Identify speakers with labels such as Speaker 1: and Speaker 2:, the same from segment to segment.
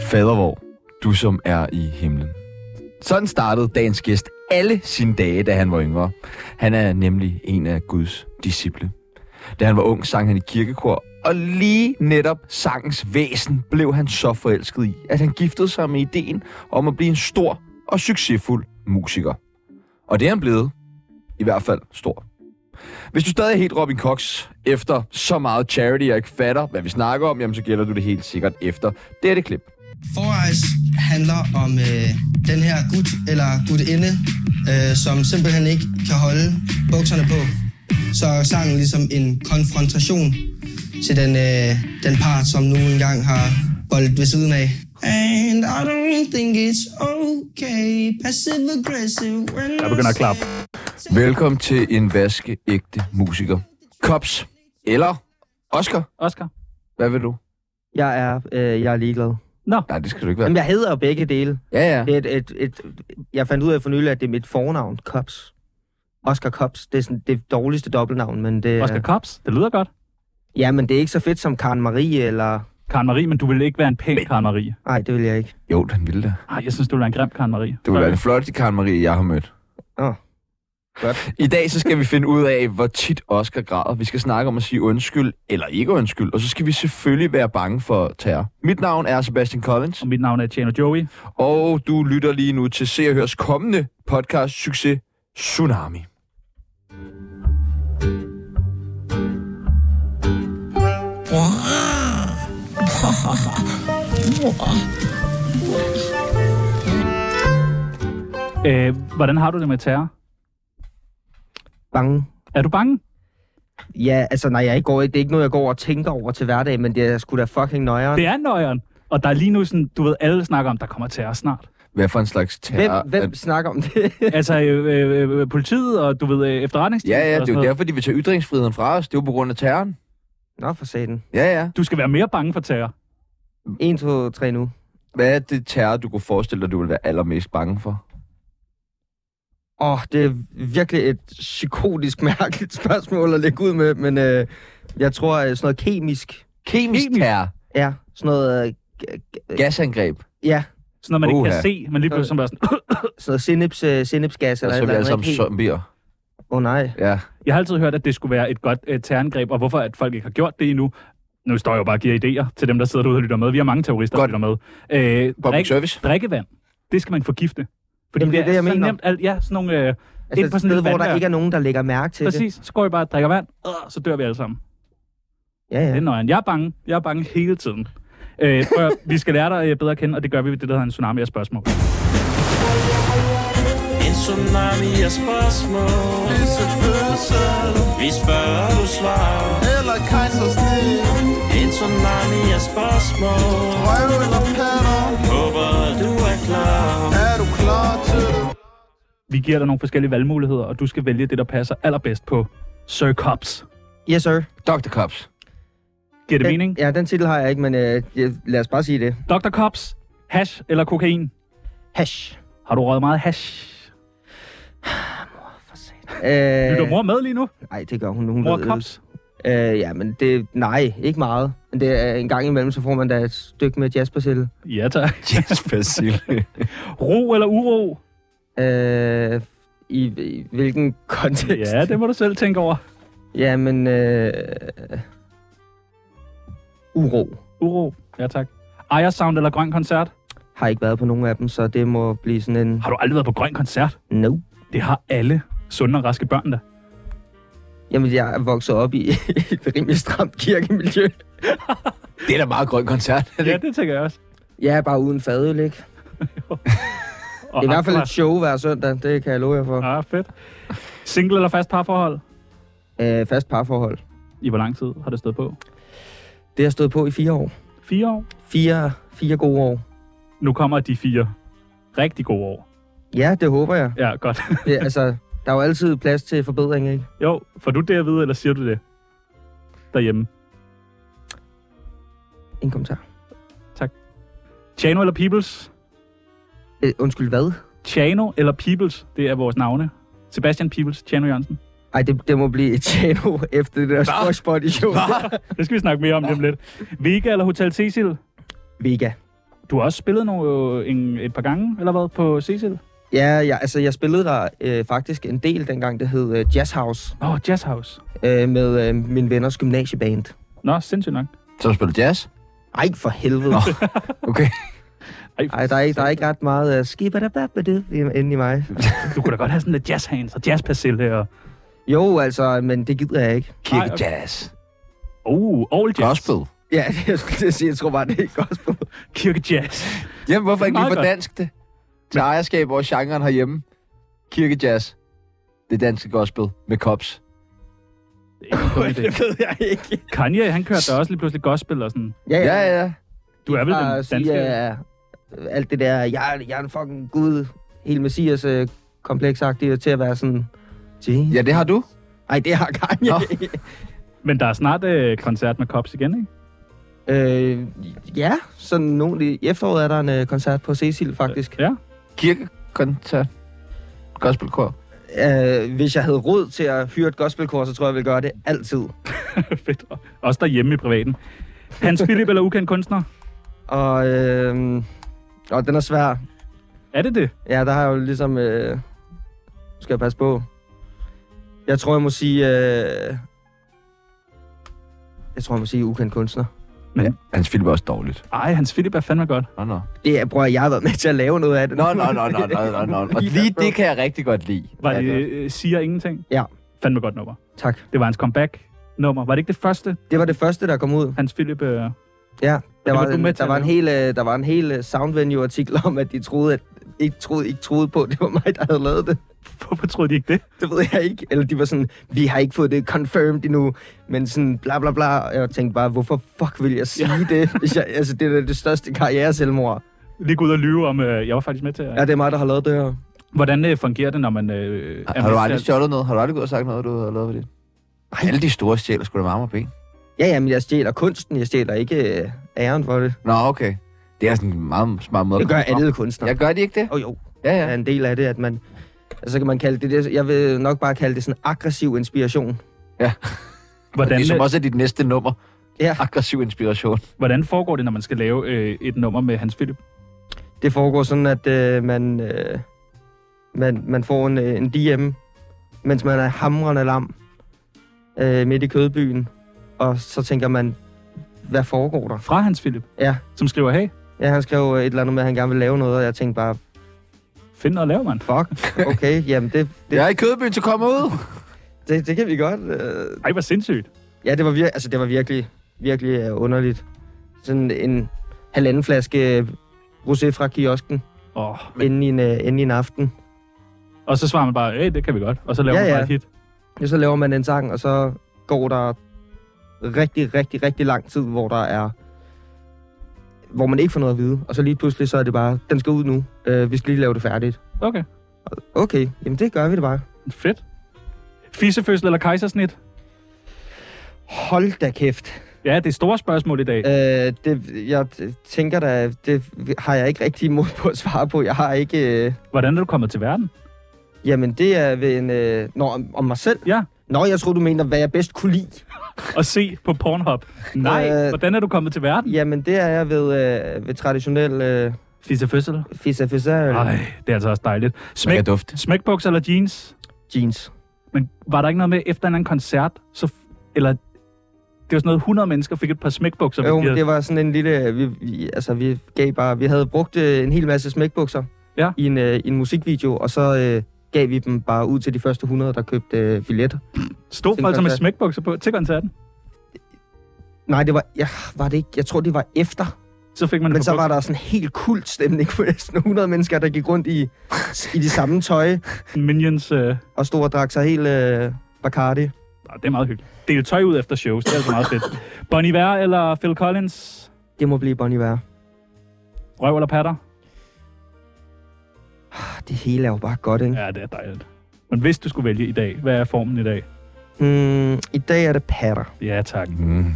Speaker 1: Fader hvor, du som er i himlen. Sådan startede dagens gæst alle sine dage, da han var yngre. Han er nemlig en af Guds disciple. Da han var ung, sang han i kirkekor, og lige netop sangens væsen blev han så forelsket i, at han giftede sig med ideen om at blive en stor og succesfuld musiker. Og det er han blevet. I hvert fald stor. Hvis du stadig er helt Robin Cox efter så meget charity, jeg ikke fatter, hvad vi snakker om, jamen så gælder du det helt sikkert efter dette klip.
Speaker 2: Four Eyes handler om øh, den her gut eller gutinde, øh, som simpelthen ikke kan holde bukserne på. Så er sangen ligesom en konfrontation til den, øh, den part, som nu engang har boldet ved siden af. And I don't think it's okay, passive aggressive when
Speaker 3: Jeg begynder at klappe.
Speaker 1: Velkommen til en vaskeægte musiker. Kops eller Oscar,
Speaker 3: Oscar?
Speaker 1: hvad vil du?
Speaker 2: Jeg er, øh, jeg er ligeglad.
Speaker 1: Nej, det skal du ikke være.
Speaker 2: Jamen, jeg hedder jo begge dele.
Speaker 1: Ja, ja.
Speaker 2: Det er et, et, et, jeg fandt ud af for nylig, at det er mit fornavn, Kops. Oscar Kops. Det er sådan, det dårligste dobbeltnavn, men det,
Speaker 3: Oscar Kops? Det lyder godt.
Speaker 2: ja, men det er ikke så fedt som Karen Marie, eller...
Speaker 3: Karen Marie, men du vil ikke være en pæn Karen Marie.
Speaker 2: Nej, det vil jeg ikke.
Speaker 1: Jo, den ville da.
Speaker 3: Ej, jeg synes, du vil være en grim Karen Marie.
Speaker 1: Det ville være den flotteste Karen Marie, jeg har mødt.
Speaker 2: Åh.
Speaker 1: Godt. I dag så skal vi finde ud af, hvor tit Oscar græder. Vi skal snakke om at sige undskyld eller ikke undskyld, og så skal vi selvfølgelig være bange for terror. Mit navn er Sebastian Collins,
Speaker 3: Og mit navn er Tjano Joey.
Speaker 1: og du lytter lige nu til Se og Hørs kommende podcast Succes Tsunami.
Speaker 3: Øh, hvordan har du det med terror?
Speaker 2: Bange.
Speaker 3: Er du bange?
Speaker 2: Ja, altså, nej, jeg ikke går, det er ikke noget, jeg går og tænker over til hverdag, men det er sgu da fucking nøjeren.
Speaker 3: Det er nøjeren. Og der er lige nu sådan, du ved, alle snakker om, der kommer terror snart.
Speaker 1: Hvad for en slags terror?
Speaker 2: Hvem, hvem
Speaker 1: er-
Speaker 2: snakker om det?
Speaker 3: Altså, øh, øh, øh, politiet og, du ved, øh, efterretningstjenesten.
Speaker 1: Ja, ja,
Speaker 3: og
Speaker 1: det er jo
Speaker 3: sådan noget.
Speaker 1: derfor, de vil tage ytringsfriheden fra os. Det er jo på grund af terroren.
Speaker 2: Nå, for satan.
Speaker 1: Ja, ja.
Speaker 3: Du skal være mere bange for terror.
Speaker 2: 1, 2, 3 nu.
Speaker 1: Hvad er det terror, du kunne forestille dig, du ville være allermest bange for?
Speaker 2: Åh, oh, det er virkelig et psykotisk mærkeligt spørgsmål at lægge ud med, men øh, jeg tror, øh, sådan noget kemisk
Speaker 1: Kemisk
Speaker 3: Kemisk.
Speaker 1: terror.
Speaker 2: er sådan noget... Øh, g- g-
Speaker 1: Gasangreb.
Speaker 2: ja,
Speaker 3: Sådan noget, man ikke
Speaker 1: Uha.
Speaker 3: kan se, men lige pludselig bare sådan...
Speaker 2: sådan noget sinaps, øh, sinapsgas
Speaker 1: Og
Speaker 2: eller
Speaker 1: så er vi alle sammen
Speaker 2: Åh
Speaker 1: zombier.
Speaker 2: oh, nej.
Speaker 1: Ja.
Speaker 3: Jeg har altid hørt, at det skulle være et godt øh, terrorangreb, og hvorfor at folk ikke har gjort det endnu. Nu står jeg jo bare og giver idéer til dem, der sidder derude og lytter med. Vi har mange terrorister,
Speaker 1: Godt.
Speaker 3: der lytter med. Øh,
Speaker 1: Public service.
Speaker 3: drikkevand, det skal man forgifte. Fordi
Speaker 2: Jamen, det er det, jeg
Speaker 3: så
Speaker 2: mener.
Speaker 3: nemt. Alt, ja, sådan nogle... Øh,
Speaker 2: Altså
Speaker 3: ind på
Speaker 2: et
Speaker 3: sådan
Speaker 2: sted,
Speaker 3: et
Speaker 2: hvor der
Speaker 3: vandværk.
Speaker 2: ikke er nogen, der lægger mærke til det.
Speaker 3: præcis, så går vi bare og drikker vand, øh, så dør vi alle sammen.
Speaker 2: Ja,
Speaker 3: Ja. Det er
Speaker 2: ja.
Speaker 3: nøjeren. Jeg er bange. Jeg er bange hele tiden. Øh, prøv, at- vi skal lære dig øh, bedre at kende, og det gør vi ved det, der hedder en tsunami af spørgsmål.
Speaker 4: En tsunami af spørgsmål Vi spørger, du svarer
Speaker 5: Eller kejsersnit
Speaker 4: En tsunami af spørgsmål
Speaker 5: Røv eller patter
Speaker 4: Håber, du er klar
Speaker 5: Er du klar til det?
Speaker 3: Vi giver dig nogle forskellige valgmuligheder, og du skal vælge det, der passer allerbedst på Sir Cops.
Speaker 2: Yes, sir.
Speaker 1: Dr. Cops.
Speaker 3: Giver det
Speaker 2: Den-
Speaker 3: mening?
Speaker 2: Ja, den titel har jeg ikke, men øh, jeg- lad os bare sige det.
Speaker 3: Dr. Cops, hash eller kokain?
Speaker 2: Hash.
Speaker 3: Har du røget meget hash?
Speaker 2: Øh,
Speaker 3: Lytter mor med lige nu?
Speaker 2: Nej, det gør hun. hun
Speaker 3: Mor
Speaker 2: ved-
Speaker 3: Kops?
Speaker 2: Øh, ja, men det... Nej, ikke meget. Men det er en gang imellem, så får man da et stykke med jazzbasille.
Speaker 3: Ja, tak.
Speaker 1: Yes, Basile.
Speaker 3: Ro eller uro?
Speaker 2: Øh, i, I hvilken kontekst?
Speaker 3: Ja, det må du selv tænke over.
Speaker 2: Jamen, øh, uro.
Speaker 3: Uro. Ja, tak. Ejer Sound eller Grøn Koncert?
Speaker 2: Har ikke været på nogen af dem, så det må blive sådan en
Speaker 3: Har du aldrig været på Grøn Koncert?
Speaker 2: no.
Speaker 3: Det har alle sunde og raske børn da.
Speaker 2: Jamen, jeg er vokset op i et rimelig stramt kirkemiljø.
Speaker 1: det er da meget grøn koncert. er det
Speaker 3: Ja,
Speaker 1: ikke?
Speaker 3: det tænker jeg også.
Speaker 2: Jeg er bare uden fadøl, ikke?
Speaker 3: Og
Speaker 2: Det er i hvert fald et
Speaker 3: hardcore.
Speaker 2: show hver søndag, det kan jeg love jer for.
Speaker 3: Ja, fedt. Single eller fast parforhold?
Speaker 2: Øh, fast parforhold.
Speaker 3: I hvor lang tid har det stået på?
Speaker 2: Det har stået på i fire år.
Speaker 3: Fire år.
Speaker 2: Fire, fire gode år.
Speaker 3: Nu kommer de fire rigtig gode år.
Speaker 2: Ja, det håber jeg.
Speaker 3: Ja, godt.
Speaker 2: Det, altså, der er jo altid plads til forbedring, ikke?
Speaker 3: Jo, får du det at vide, eller siger du det? Derhjemme.
Speaker 2: En kommentar.
Speaker 3: Chano eller Peoples?
Speaker 2: Øh, undskyld, hvad?
Speaker 3: Chano eller Peoples, det er vores navne. Sebastian Peoples, Chano Jørgensen.
Speaker 2: Ej, det, det må blive et chano efter det der sportsbody show.
Speaker 3: Det skal vi snakke mere om lige om lidt. Vega eller Hotel Cecil?
Speaker 2: Vega.
Speaker 3: Du har også spillet nogle, øh, en, et par gange, eller hvad, på Cecil?
Speaker 2: Ja, jeg, altså jeg spillede der øh, faktisk en del dengang, det hed øh, Jazz House,
Speaker 3: Åh, oh, Jazz House.
Speaker 2: øh, med øh, min venners gymnasieband.
Speaker 3: Nå, sindssygt nok.
Speaker 1: Så spiller du jazz?
Speaker 2: Ej, for helvede.
Speaker 1: Nå. Okay.
Speaker 2: Ej, der er, ikke- der er ikke ret meget uh, skibadababadu inde i mig.
Speaker 3: Du kunne da godt have sådan lidt jazz hands og jazz her. og
Speaker 2: Jo, altså, men det gider jeg ikke.
Speaker 1: Kirke
Speaker 3: Nej, okay.
Speaker 1: jazz.
Speaker 3: Oh, all jazz.
Speaker 1: Gospel.
Speaker 2: Ja, det jeg skulle til at sige. Jeg tror bare, det er ikke gospel.
Speaker 3: Kirke jazz.
Speaker 1: Jamen, hvorfor ikke lige
Speaker 3: Meget
Speaker 1: for
Speaker 3: godt.
Speaker 1: dansk det? Til ejerskab over genren herhjemme. Kirke jazz. Det danske gospel med kops.
Speaker 3: Det er ikke en dum idé.
Speaker 2: ved jeg ikke.
Speaker 3: Kanye, han kørte da også lige pludselig gospel og sådan.
Speaker 2: Ja, ja.
Speaker 1: Ja, ja.
Speaker 3: Du er vel
Speaker 2: Bare
Speaker 3: den
Speaker 2: at sige,
Speaker 3: danske...
Speaker 2: øh, alt det der, jeg, er- jeg er en fucking gud, helt messias øh, kompleksagtigt til at være sådan... Jesus.
Speaker 1: Ja, det har du.
Speaker 2: Ej, det har Kanye.
Speaker 1: Nå.
Speaker 3: Men der er snart øh, koncert med Cops igen, ikke?
Speaker 2: Øh, ja, sådan nogen i efteråret er der en øh, koncert på Cecil, faktisk.
Speaker 3: Ja.
Speaker 1: Kirkekoncert. Gospelkor.
Speaker 2: Øh, hvis jeg havde råd til at hyre et gospelkor, så tror jeg, jeg ville gøre det altid.
Speaker 3: Fedt. Også derhjemme i privaten. Hans Philip eller ukendt kunstner?
Speaker 2: Og, øh, og den er svær.
Speaker 3: Er det det?
Speaker 2: Ja, der har jeg jo ligesom... Øh, nu skal jeg passe på. Jeg tror, jeg må sige... Øh, jeg tror, jeg må sige ukendt kunstner.
Speaker 1: Hans film er også dårligt.
Speaker 3: Ej, Hans Philip er fandme godt.
Speaker 1: Nå, nå.
Speaker 2: Det er, bror, jeg har været med til at lave noget af det.
Speaker 1: Nå, nå, nå, nå, nå, nå, nå. Og lige det kan jeg rigtig godt lide.
Speaker 3: Var
Speaker 2: Ja,
Speaker 3: det
Speaker 2: det
Speaker 3: øh, Siger Ingenting?
Speaker 2: Ja.
Speaker 3: Fandme godt nummer.
Speaker 2: Tak.
Speaker 3: Det var hans comeback-nummer. Var det ikke det første,
Speaker 2: Det var det første, der kom ud.
Speaker 3: Hans Philip... Øh...
Speaker 2: Ja, der
Speaker 3: var
Speaker 2: var,
Speaker 3: du med
Speaker 2: en,
Speaker 3: til
Speaker 2: der, var
Speaker 3: at
Speaker 2: en hel, øh, der var en hel øh, Soundvenue-artikel om, at de troede, at ikke troede, ikke troede på, at det var mig, der havde lavet det.
Speaker 3: Hvorfor troede de ikke det?
Speaker 2: Det ved jeg ikke. Eller de var sådan, vi har ikke fået det confirmed endnu, men sådan bla bla bla. Og jeg tænkte bare, hvorfor fuck vil jeg sige ja. det? Hvis jeg, altså, det er da det største karriere-selvmord.
Speaker 3: Lige gå ud og lyve om, øh, jeg var faktisk med til.
Speaker 2: Ja,
Speaker 3: Ja.
Speaker 2: det er mig, der har lavet det her.
Speaker 3: Hvordan øh, fungerer det, når man... Øh, er
Speaker 1: Har du
Speaker 3: med
Speaker 1: aldrig
Speaker 3: til-
Speaker 1: stjålet noget? Har du aldrig gået og sagt noget, du har lavet ved det? Alle de store stjæler skulle da varme og ben.
Speaker 2: Ja, ja, men jeg stjæler kunsten, jeg stjæler ikke øh, æren for det.
Speaker 1: Nå, okay. Det er sådan en meget smart måde. at
Speaker 2: Det gør
Speaker 1: komme frem.
Speaker 2: alle kunstnere.
Speaker 1: Jeg gør de ikke det?
Speaker 2: Åh oh, jo,
Speaker 1: Ja,
Speaker 2: er
Speaker 1: ja.
Speaker 2: en del af det, at man... altså, Så kan man kalde det, det, jeg vil nok bare kalde det sådan aggressiv inspiration.
Speaker 3: Hvordan,
Speaker 1: Det
Speaker 2: ligesom
Speaker 1: som
Speaker 3: øh,
Speaker 1: også er dit næste nummer.
Speaker 2: Ja.
Speaker 1: Aggressiv inspiration.
Speaker 3: hvordan foregår det, når man skal lave øh, et nummer med Hans Philip?
Speaker 2: Det foregår sådan, at øh, man, øh, man, man får en, øh, en DM, mens man er hamrende lam øh, midt i kødbyen. Og så tænker man, hvad foregår der?
Speaker 3: Fra Hans Philip,
Speaker 2: Ja,
Speaker 3: som skriver, hey,
Speaker 2: ja han skrev øh, et eller andet med, at han gerne vil lave noget, og jeg tænkte bare,
Speaker 3: find noget at lave, mand.
Speaker 2: fuck, okay, jamen det,
Speaker 1: Det...
Speaker 2: det,
Speaker 1: Jeg er i Kødbyen, så kom ud!
Speaker 2: det, det kan vi godt. Øh,
Speaker 3: Ej, hvor sindssygt.
Speaker 2: Ja, det var, vir- altså, det var virkelig, virkelig øh, underligt. Sådan en halvanden flaske øh, rosé fra kiosken
Speaker 3: Oh.
Speaker 2: inden i en, øh, inden i en aften.
Speaker 3: Og så svarer man bare, hey, det kan vi godt. Og så laver
Speaker 2: Ja,
Speaker 3: man bare
Speaker 2: ja.
Speaker 3: et hit.
Speaker 2: Ja, så laver man en sang, og så går der rigtig, rigtig, rigtig lang tid, hvor der er hvor man ikke får noget at vide. Og så lige pludselig, så er det bare, den skal ud nu. Øh, vi skal lige lave det færdigt.
Speaker 3: Okay,
Speaker 2: Okay, jamen det gør vi det bare.
Speaker 3: fedt. Fisefødsel eller kejsersnit?
Speaker 2: Hold da kæft.
Speaker 3: Ja, det er store spørgsmål i dag.
Speaker 2: Øh, det, jeg tænker da, det har jeg ikke rigtig mod på at svare på. Jeg har ikke... Øh,
Speaker 3: Hvordan er du kommet til verden?
Speaker 2: Jamen, det er ved en... Øh... Nå, om, om mig selv?
Speaker 3: Ja.
Speaker 2: Nå, jeg tror du mener, hvad jeg bedst kunne lide.
Speaker 3: Og se på Pornhub. Nej,
Speaker 2: Øh.
Speaker 3: hvordan er du kommet til verden?
Speaker 2: Jamen, det er jeg ved, øh, ved traditionel øh,
Speaker 3: Fisefødsel.
Speaker 2: fisa fisa
Speaker 3: Ej, det er altså også dejligt. Smæk,
Speaker 1: dufte.
Speaker 3: smækbukser eller jeans?
Speaker 2: jeans.
Speaker 3: Men var der ikke noget med, efter en eller anden koncert, så, f- eller det var sådan noget, 100 mennesker fik et par smækbukser.
Speaker 2: Jo,
Speaker 3: hvis de havde-
Speaker 2: det var sådan en lille... Vi, vi, altså, vi gav bare... Vi havde brugt øh, en hel masse smækbukser
Speaker 3: Ja.
Speaker 2: i en, øh, i en musikvideo, og så øh, gav vi dem bare ud til de første 100, der købte øh, billetter.
Speaker 3: Stod
Speaker 2: til en
Speaker 3: folk så med
Speaker 2: koncert.
Speaker 3: smækbukser på til koncerten?
Speaker 2: Nej, det var... Ja, var det ikke... Jeg tror, det var efter.
Speaker 3: Så fik man
Speaker 2: Men
Speaker 3: et
Speaker 2: så
Speaker 3: par
Speaker 2: var
Speaker 3: bukser.
Speaker 2: der sådan en helt kult stemning for næsten 100 mennesker, der gik rundt i, i de samme tøj.
Speaker 3: Minions. Øh,
Speaker 2: og stod og drak sig helt øh, Bacardi.
Speaker 3: nå, det er meget hyggeligt. Dele tøj ud efter shows, det er altså meget fedt. Bon Iver eller Phil Collins?
Speaker 2: Det må blive Bon Iver.
Speaker 3: Røv eller patter?
Speaker 2: Ah, Det hele er jo bare godt, ikke? Ja.
Speaker 3: Ja, det er dejligt. Men hvis du skulle vælge i dag, hvad er formen i dag?
Speaker 2: Hmm, I dag er det patter.
Speaker 3: Ja, tak.
Speaker 1: Mm.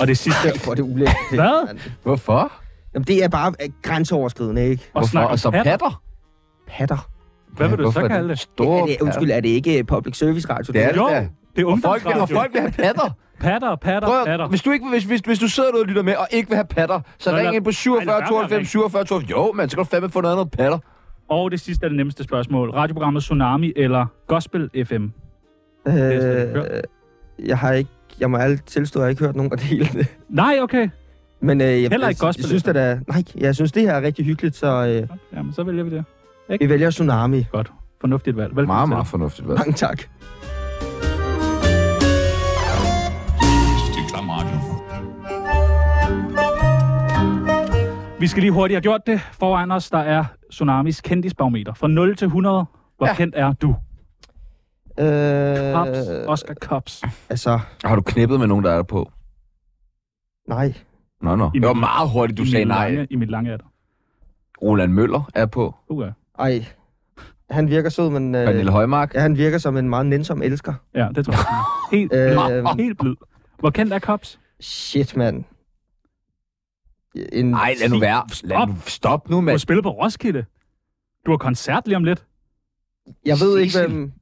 Speaker 3: Og det sidste,
Speaker 2: Derfor er det ulækkert.
Speaker 3: Hvad?
Speaker 1: Hvorfor?
Speaker 2: Jamen, det er bare øh, grænseoverskridende, ikke?
Speaker 3: og
Speaker 1: Hvorfor?
Speaker 3: snakke
Speaker 1: Og
Speaker 3: om
Speaker 1: så
Speaker 3: patter.
Speaker 1: patter?
Speaker 2: Patter.
Speaker 3: Hvad vil du
Speaker 1: Hvorfor
Speaker 3: så
Speaker 1: er
Speaker 3: kalde det?
Speaker 2: Det,
Speaker 1: Store
Speaker 2: er det, undskyld, er det ikke public service radio?
Speaker 1: Det er det
Speaker 3: Jo,
Speaker 1: da.
Speaker 3: det er
Speaker 1: Folk, når
Speaker 3: ungdomsradio.
Speaker 1: folk vil have patter,
Speaker 3: Patter, patter,
Speaker 1: Prøv,
Speaker 3: patter.
Speaker 1: at- hvis, du ikke, hvis, hvis, hvis du sidder derude og lytter med, og ikke vil have patter, så
Speaker 3: Nå,
Speaker 1: ring
Speaker 3: lad-
Speaker 1: ind på
Speaker 3: Ej,
Speaker 1: 47
Speaker 3: lad være med at
Speaker 1: 92
Speaker 3: ringe.
Speaker 1: 47 92. Jo, man skal du fandme få noget andet end patter.
Speaker 3: Og det sidste er det nemmeste spørgsmål. Radioprogrammet Tsunami eller Gospel FM? jeg slet ikke
Speaker 2: Øh, jeg har ikke, jeg må alt tilstå, at jeg ikke hørt nogen af det hele.
Speaker 3: Nej, okay.
Speaker 2: Men øh, jeg,
Speaker 3: Heller ikke
Speaker 2: jeg,
Speaker 3: gospel,
Speaker 2: jeg, synes,
Speaker 3: altså.
Speaker 2: at der, nej, jeg synes, det her er rigtig hyggeligt, så øh,
Speaker 3: Jamen, så vælger vi det.
Speaker 2: vi vælger Tsunami.
Speaker 3: Godt. Fornuftigt valg. Velkommen
Speaker 1: Meget,
Speaker 3: til.
Speaker 1: meget fornuftigt, hvad?
Speaker 2: Mange tak.
Speaker 3: Vi skal lige hurtigt have gjort det. Foran os, der er Tsunamis kendisbarometer. Fra 0 til 100. Hvor ja. kendt er du? Cops.
Speaker 2: Øh,
Speaker 3: Oscar Cops.
Speaker 2: altså,
Speaker 1: Har du knippet med nogen, der er der på?
Speaker 2: nej.
Speaker 1: Nå, nå.
Speaker 3: I
Speaker 1: Det var
Speaker 3: min-
Speaker 1: meget hurtigt, du
Speaker 3: I
Speaker 1: sagde
Speaker 3: mit
Speaker 1: nej.
Speaker 3: Lange, I mit lange alder.
Speaker 1: Roland Møller er på.
Speaker 3: Okay.
Speaker 2: Ej. Han virker sød, men øh,
Speaker 1: Pernille Højmark.
Speaker 2: ja, han virker som en meget nænsom elsker.
Speaker 3: Ja, det tror jeg. Helt,
Speaker 2: Øh,
Speaker 3: øh, helt blid. Hvor kendt er Cops?
Speaker 2: Shit, mand. En
Speaker 1: Nej, lad nu være. Lad
Speaker 3: Stop.
Speaker 1: nu, stop nu,
Speaker 3: Du har
Speaker 1: mand.
Speaker 3: spillet på Roskilde. Du har koncert lige om lidt.
Speaker 2: Jeg ved ikke,
Speaker 1: Sissel.
Speaker 2: hvem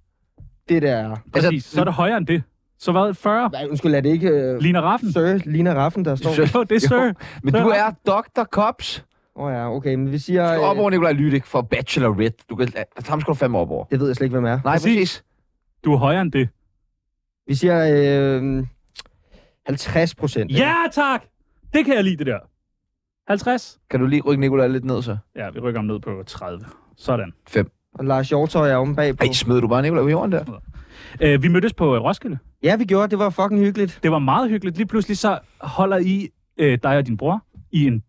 Speaker 2: det der er.
Speaker 1: Altså,
Speaker 3: Præcis. Altså, så er det højere end det. Så hvad? 40?
Speaker 2: Nej, undskyld, er det ikke øh,
Speaker 3: Lina Raffen?
Speaker 2: Sir Lina Raffen, der står?
Speaker 1: Sir.
Speaker 3: Jo, det er
Speaker 1: Jo.
Speaker 3: Sir.
Speaker 1: Men
Speaker 3: så er
Speaker 1: du
Speaker 3: der-
Speaker 1: er Dr. Cops.
Speaker 2: Åh oh, ja, okay, men vi siger...
Speaker 1: Du skal op
Speaker 2: Øh,
Speaker 1: over Nikolaj Lydik for Bachelorette. Du kan, altså, ham skal du fandme op over.
Speaker 2: det ved jeg slet ikke, hvem er.
Speaker 1: Nej,
Speaker 3: Præcis.
Speaker 1: præcis.
Speaker 3: Du er højere end det.
Speaker 2: Vi siger øh, 50 procent.
Speaker 3: Ja, tak! Det kan jeg lide, det der. 50?
Speaker 1: Kan du lige rykke Nikolaj lidt ned, så?
Speaker 3: Ja, vi rykker ham ned på 30. Sådan.
Speaker 2: Og Lars Hjortøj er omme bagpå.
Speaker 1: Ej, smed du bare Nikolaj på jorden der?
Speaker 3: Øh, vi mødtes på øh, Roskilde.
Speaker 2: Ja, vi gjorde, det var fucking hyggeligt.
Speaker 3: Det var meget hyggeligt. Lige pludselig så holder I, øh, dig og din bror, i en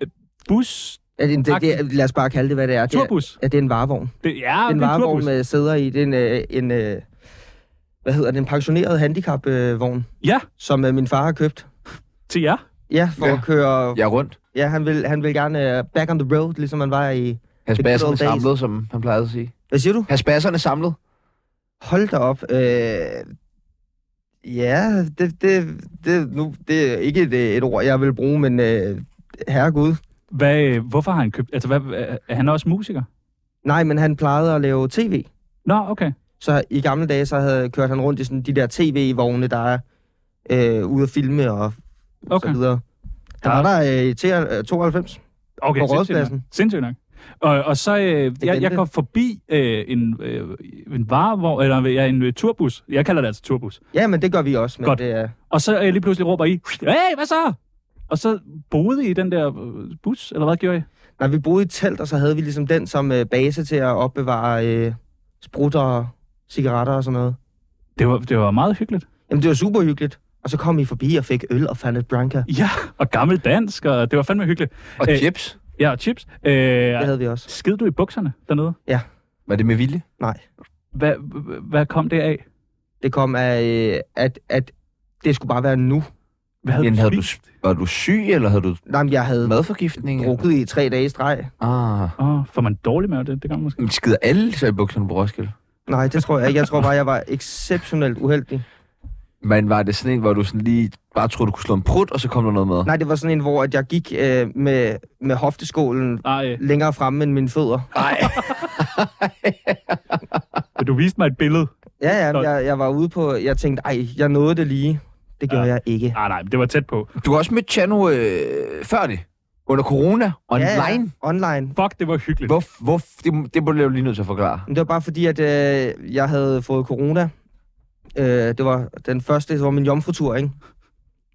Speaker 3: øh, bus.
Speaker 2: Ja, det, det, det, lad os bare kalde det, hvad det er. Det er,
Speaker 3: Turbus.
Speaker 2: ja, det er en varevogn. Det
Speaker 3: Det, ja,
Speaker 2: er en
Speaker 3: det er en turbus.
Speaker 2: varevogn med sæder i. Det er en, øh, en øh, hvad hedder det, en pensioneret handicapvogn, øh,
Speaker 3: Ja,
Speaker 2: som øh, min far har købt.
Speaker 3: til jer.
Speaker 2: Ja, for
Speaker 1: Ja.
Speaker 2: ja. at køre... Ja,
Speaker 1: Jeg er rundt.
Speaker 2: ja han, vil, han vil gerne øh, back on the road, ligesom han var i...
Speaker 1: Hans
Speaker 2: The
Speaker 1: basserne
Speaker 2: good old days.
Speaker 1: samlet, som han plejede at sige.
Speaker 2: Hvad siger du?
Speaker 1: Hans basserne samlet.
Speaker 2: Hold da op. Øh, ja, det, det, det, nu, det er ikke et, et ord, jeg vil bruge, men øh, herregud.
Speaker 3: Hvad, øh, hvorfor har han købt... Altså, hvad, øh, er han også musiker?
Speaker 2: Nej, men han plejede at lave tv.
Speaker 3: Nå, okay.
Speaker 2: Så i gamle dage, så havde kørt han rundt i sådan de der tv-vogne, der er øh, ude at filme og
Speaker 3: Okay.
Speaker 2: så videre. Han
Speaker 3: Ja.
Speaker 2: var der øh, til, øh, 92.
Speaker 3: Okay,
Speaker 2: På
Speaker 3: sindssygt
Speaker 2: Rådspladsen.
Speaker 3: nok. Sindssygt nok. Og, og så, øh, jeg, jeg
Speaker 2: Legende.
Speaker 3: kom forbi øh, en, øh, en varevogn, eller ja, en øh, turbus. Jeg kalder det altså turbus.
Speaker 2: Ja, men det gør vi også. Men
Speaker 3: Godt.
Speaker 2: Det, er,
Speaker 3: Og så øh, lige pludselig råber I, hey, hvad så? Og så boede I i den der øh, bus, eller hvad gjorde I?
Speaker 2: nej, vi boede i et telt, og så havde vi ligesom den som øh, base til at opbevare øh, sprutter og cigaretter og sådan noget.
Speaker 3: Det var, det var meget hyggeligt.
Speaker 2: Jamen, det var super hyggeligt. Og så kom I forbi og fik øl og fandt et branca.
Speaker 3: Ja, og gammel dansk, og det var fandme hyggeligt.
Speaker 1: Og
Speaker 3: Øh.
Speaker 1: chips.
Speaker 3: Ja, og chips. Øh,
Speaker 2: Det havde vi også.
Speaker 3: skid du i bukserne dernede?
Speaker 1: Var det med vilje?
Speaker 2: Nej.
Speaker 3: Hvad, h- h- hvad kom det af?
Speaker 2: Det kom af, øh, at, at det skulle bare være nu.
Speaker 3: Hvad havde
Speaker 1: Men
Speaker 3: du
Speaker 1: havde du,
Speaker 3: spist?
Speaker 1: var du syg, eller havde du
Speaker 2: Nej, men jeg havde
Speaker 1: madforgiftning?
Speaker 2: drukket i tre dage i streg.
Speaker 1: Ah.
Speaker 3: Åh, oh, får man dårlig mave? Det, det gør man måske.
Speaker 1: Men skider alle så i bukserne på Roskilde?
Speaker 2: Nej, det tror jeg ikke. Jeg tror bare, jeg var exceptionelt uheldig.
Speaker 1: Men var det sådan en, hvor du sådan lige bare troede, du kunne slå en prut, og så kom der noget med?
Speaker 2: Nej, det var sådan en, hvor at jeg gik øh, med, med hofteskålen
Speaker 3: Nej,
Speaker 2: længere fremme end mine fødder.
Speaker 1: Nej.
Speaker 3: du viste mig et billede.
Speaker 2: Ja, ja, men
Speaker 3: Sådan.
Speaker 2: jeg, jeg var ude på... Jeg tænkte, ej, jeg nåede det lige. Det gjorde
Speaker 3: Ja.
Speaker 2: ja. jeg ikke.
Speaker 3: Ah, Nej, nej, det var tæt på.
Speaker 1: Du har også mødt Chano øh, før det, under corona, online.
Speaker 2: Ja, ja, online.
Speaker 3: Fuck, det var hyggeligt.
Speaker 1: Hvor, hvor, det, det bliver du lige nødt til at forklare.
Speaker 2: Men det var bare fordi, at øh, jeg havde fået corona. Øh, det var den første, det var min jomfrutur, ikke?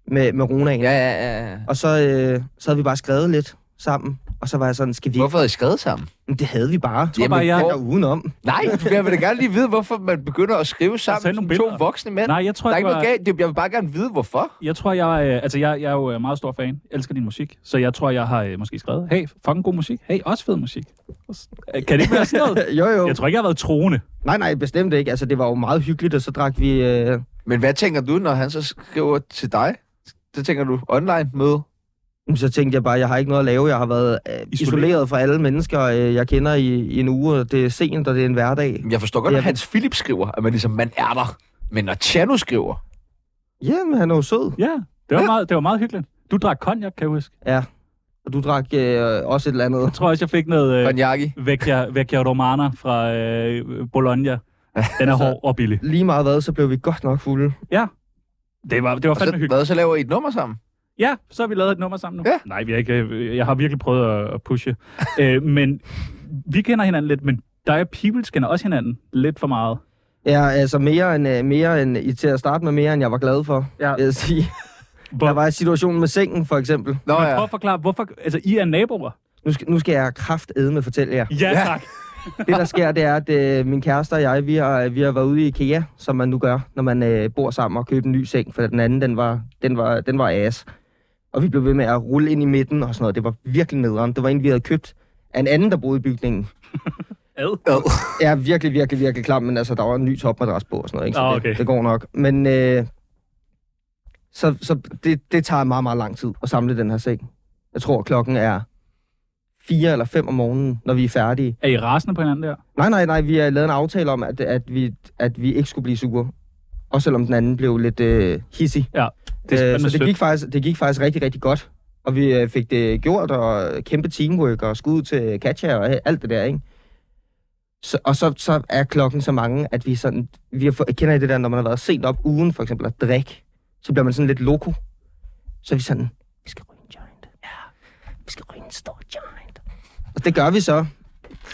Speaker 2: Med, med Ronaen.
Speaker 1: Ja, ja, ja.
Speaker 2: Og så, øh, så havde vi bare skrevet lidt sammen. Og så var jeg sådan, skal vi ikke?
Speaker 1: Hvorfor havde I skrevet sammen?
Speaker 2: Men det havde vi bare.
Speaker 3: tror bare, jeg-
Speaker 2: jeg var udenom.
Speaker 1: Nej, jeg vil da gerne lige vide, hvorfor man begynder at skrive sammen
Speaker 3: send
Speaker 1: som
Speaker 3: nogle
Speaker 1: to
Speaker 3: billeder.
Speaker 1: voksne mænd.
Speaker 3: Nej, jeg tror,
Speaker 1: der er
Speaker 3: det
Speaker 1: ikke
Speaker 3: var,
Speaker 1: noget galt. Det- Jeg vil bare gerne vide, hvorfor.
Speaker 3: jeg tror, jeg, øh, altså, jeg, jeg er jo øh, meget stor fan. Jeg elsker din musik. Så jeg tror, jeg har øh, måske skrevet, hey, fucking god musik. Hey, også fed musik. Øh, Kan det ikke være sådan noget?
Speaker 2: jo, jo.
Speaker 3: Jeg tror ikke, jeg har været troende.
Speaker 2: Nej, nej, bestemt ikke. Altså, det var jo meget hyggeligt, og så drak vi... Øh...
Speaker 1: Men hvad tænker du, når han så skriver til dig? Så tænker du online møde.
Speaker 2: Jamen, Så tænkte jeg bare, jeg har ikke noget at lave. Jeg har været øh, isoleret fra alle mennesker, øh, jeg kender i, i en uge. og Det er sent, og det er en hverdag.
Speaker 1: Jeg forstår godt, når
Speaker 2: Jamen.
Speaker 1: Hans Philip skriver, at man ligesom, man er der. Men når Chano skriver,
Speaker 2: Jamen, han er jo sød.
Speaker 3: Ja, det var, meget, det var meget hyggeligt. Du drak konjak, kan jeg huske.
Speaker 2: Ja. Og du drak øh, også et eller
Speaker 3: Jeg
Speaker 2: andet.
Speaker 3: tror også, jeg fik noget øh,
Speaker 1: Konjaki,
Speaker 3: Vecchia, Vecchia Romana fra øh, Bologna. Den er hård og billig.
Speaker 2: Lige meget hvad, så blev vi godt nok fulde.
Speaker 3: Ja, Det var, det var
Speaker 1: Og
Speaker 3: fandme
Speaker 1: så,
Speaker 3: hyggeligt.
Speaker 1: hvad, så laver I et nummer sammen?
Speaker 3: Ja, så har vi lavet et nummer sammen nu.
Speaker 1: Ja.
Speaker 3: Nej, vi har ikke, øh, jeg har virkelig prøvet at- at pushe. øh, men vi kender hinanden lidt, men dig og Peoples kender også hinanden lidt for meget.
Speaker 2: Ja, altså mere end, øh, mere end, i- til at starte med mere end jeg var glad for,
Speaker 3: Ja.
Speaker 2: vil jeg sige.
Speaker 3: Hvor,
Speaker 2: Der var en situation med sengen, for eksempel.
Speaker 1: Nå
Speaker 3: men prøv
Speaker 1: ja,
Speaker 3: at forklare, hvorfor... Altså, I er naboer.
Speaker 2: Nu skal, nu skal jeg kraftedme fortælle jer.
Speaker 3: Ja,
Speaker 1: Ja.
Speaker 3: tak.
Speaker 2: Det, der sker, det er, at øh, min kæreste og jeg, vi har, øh, vi har været ude i IKEA, som man nu gør, når man øh, bor sammen og køber en ny seng, for den anden, den var, den var, den var as. Og vi blev ved med at rulle ind i midten og sådan noget. Det var virkelig nederen. Det var en, vi havde købt af en anden, der boede i bygningen.
Speaker 3: Ad.
Speaker 2: Ja, virkelig, virkelig, virkelig klam, men altså, der var en ny topmadras på og sådan noget, ikke? Så
Speaker 3: Ah,
Speaker 2: det,
Speaker 3: okay.
Speaker 2: det går nok. Men øh, så, så det, det tager meget, meget lang tid at samle den her seng. Jeg tror, klokken er 4 eller 5 om morgenen, når vi er færdige.
Speaker 3: Er I rasende på hinanden der?
Speaker 2: Nej, nej, nej, vi har lavet en aftale om, at, at, vi, at vi ikke skulle blive sure. Også selvom den anden blev lidt øh, hissig.
Speaker 3: Ja, det er
Speaker 2: øh,
Speaker 3: fandme
Speaker 2: så det
Speaker 3: sødt.
Speaker 2: gik, faktisk, det gik faktisk rigtig, rigtig godt. Og vi øh, fik det gjort, og kæmpe teamwork, og skud til Katja, og øh, alt det der, ikke? Så, og så, så er klokken så mange, at vi sådan... Vi har, få- kender I det der, når man har været sent op ugen, for eksempel at drikke, så bliver man sådan lidt loko. Så er vi sådan, vi skal ryge en joint. Ja, vi skal ryge en stor joint. Og det gør vi så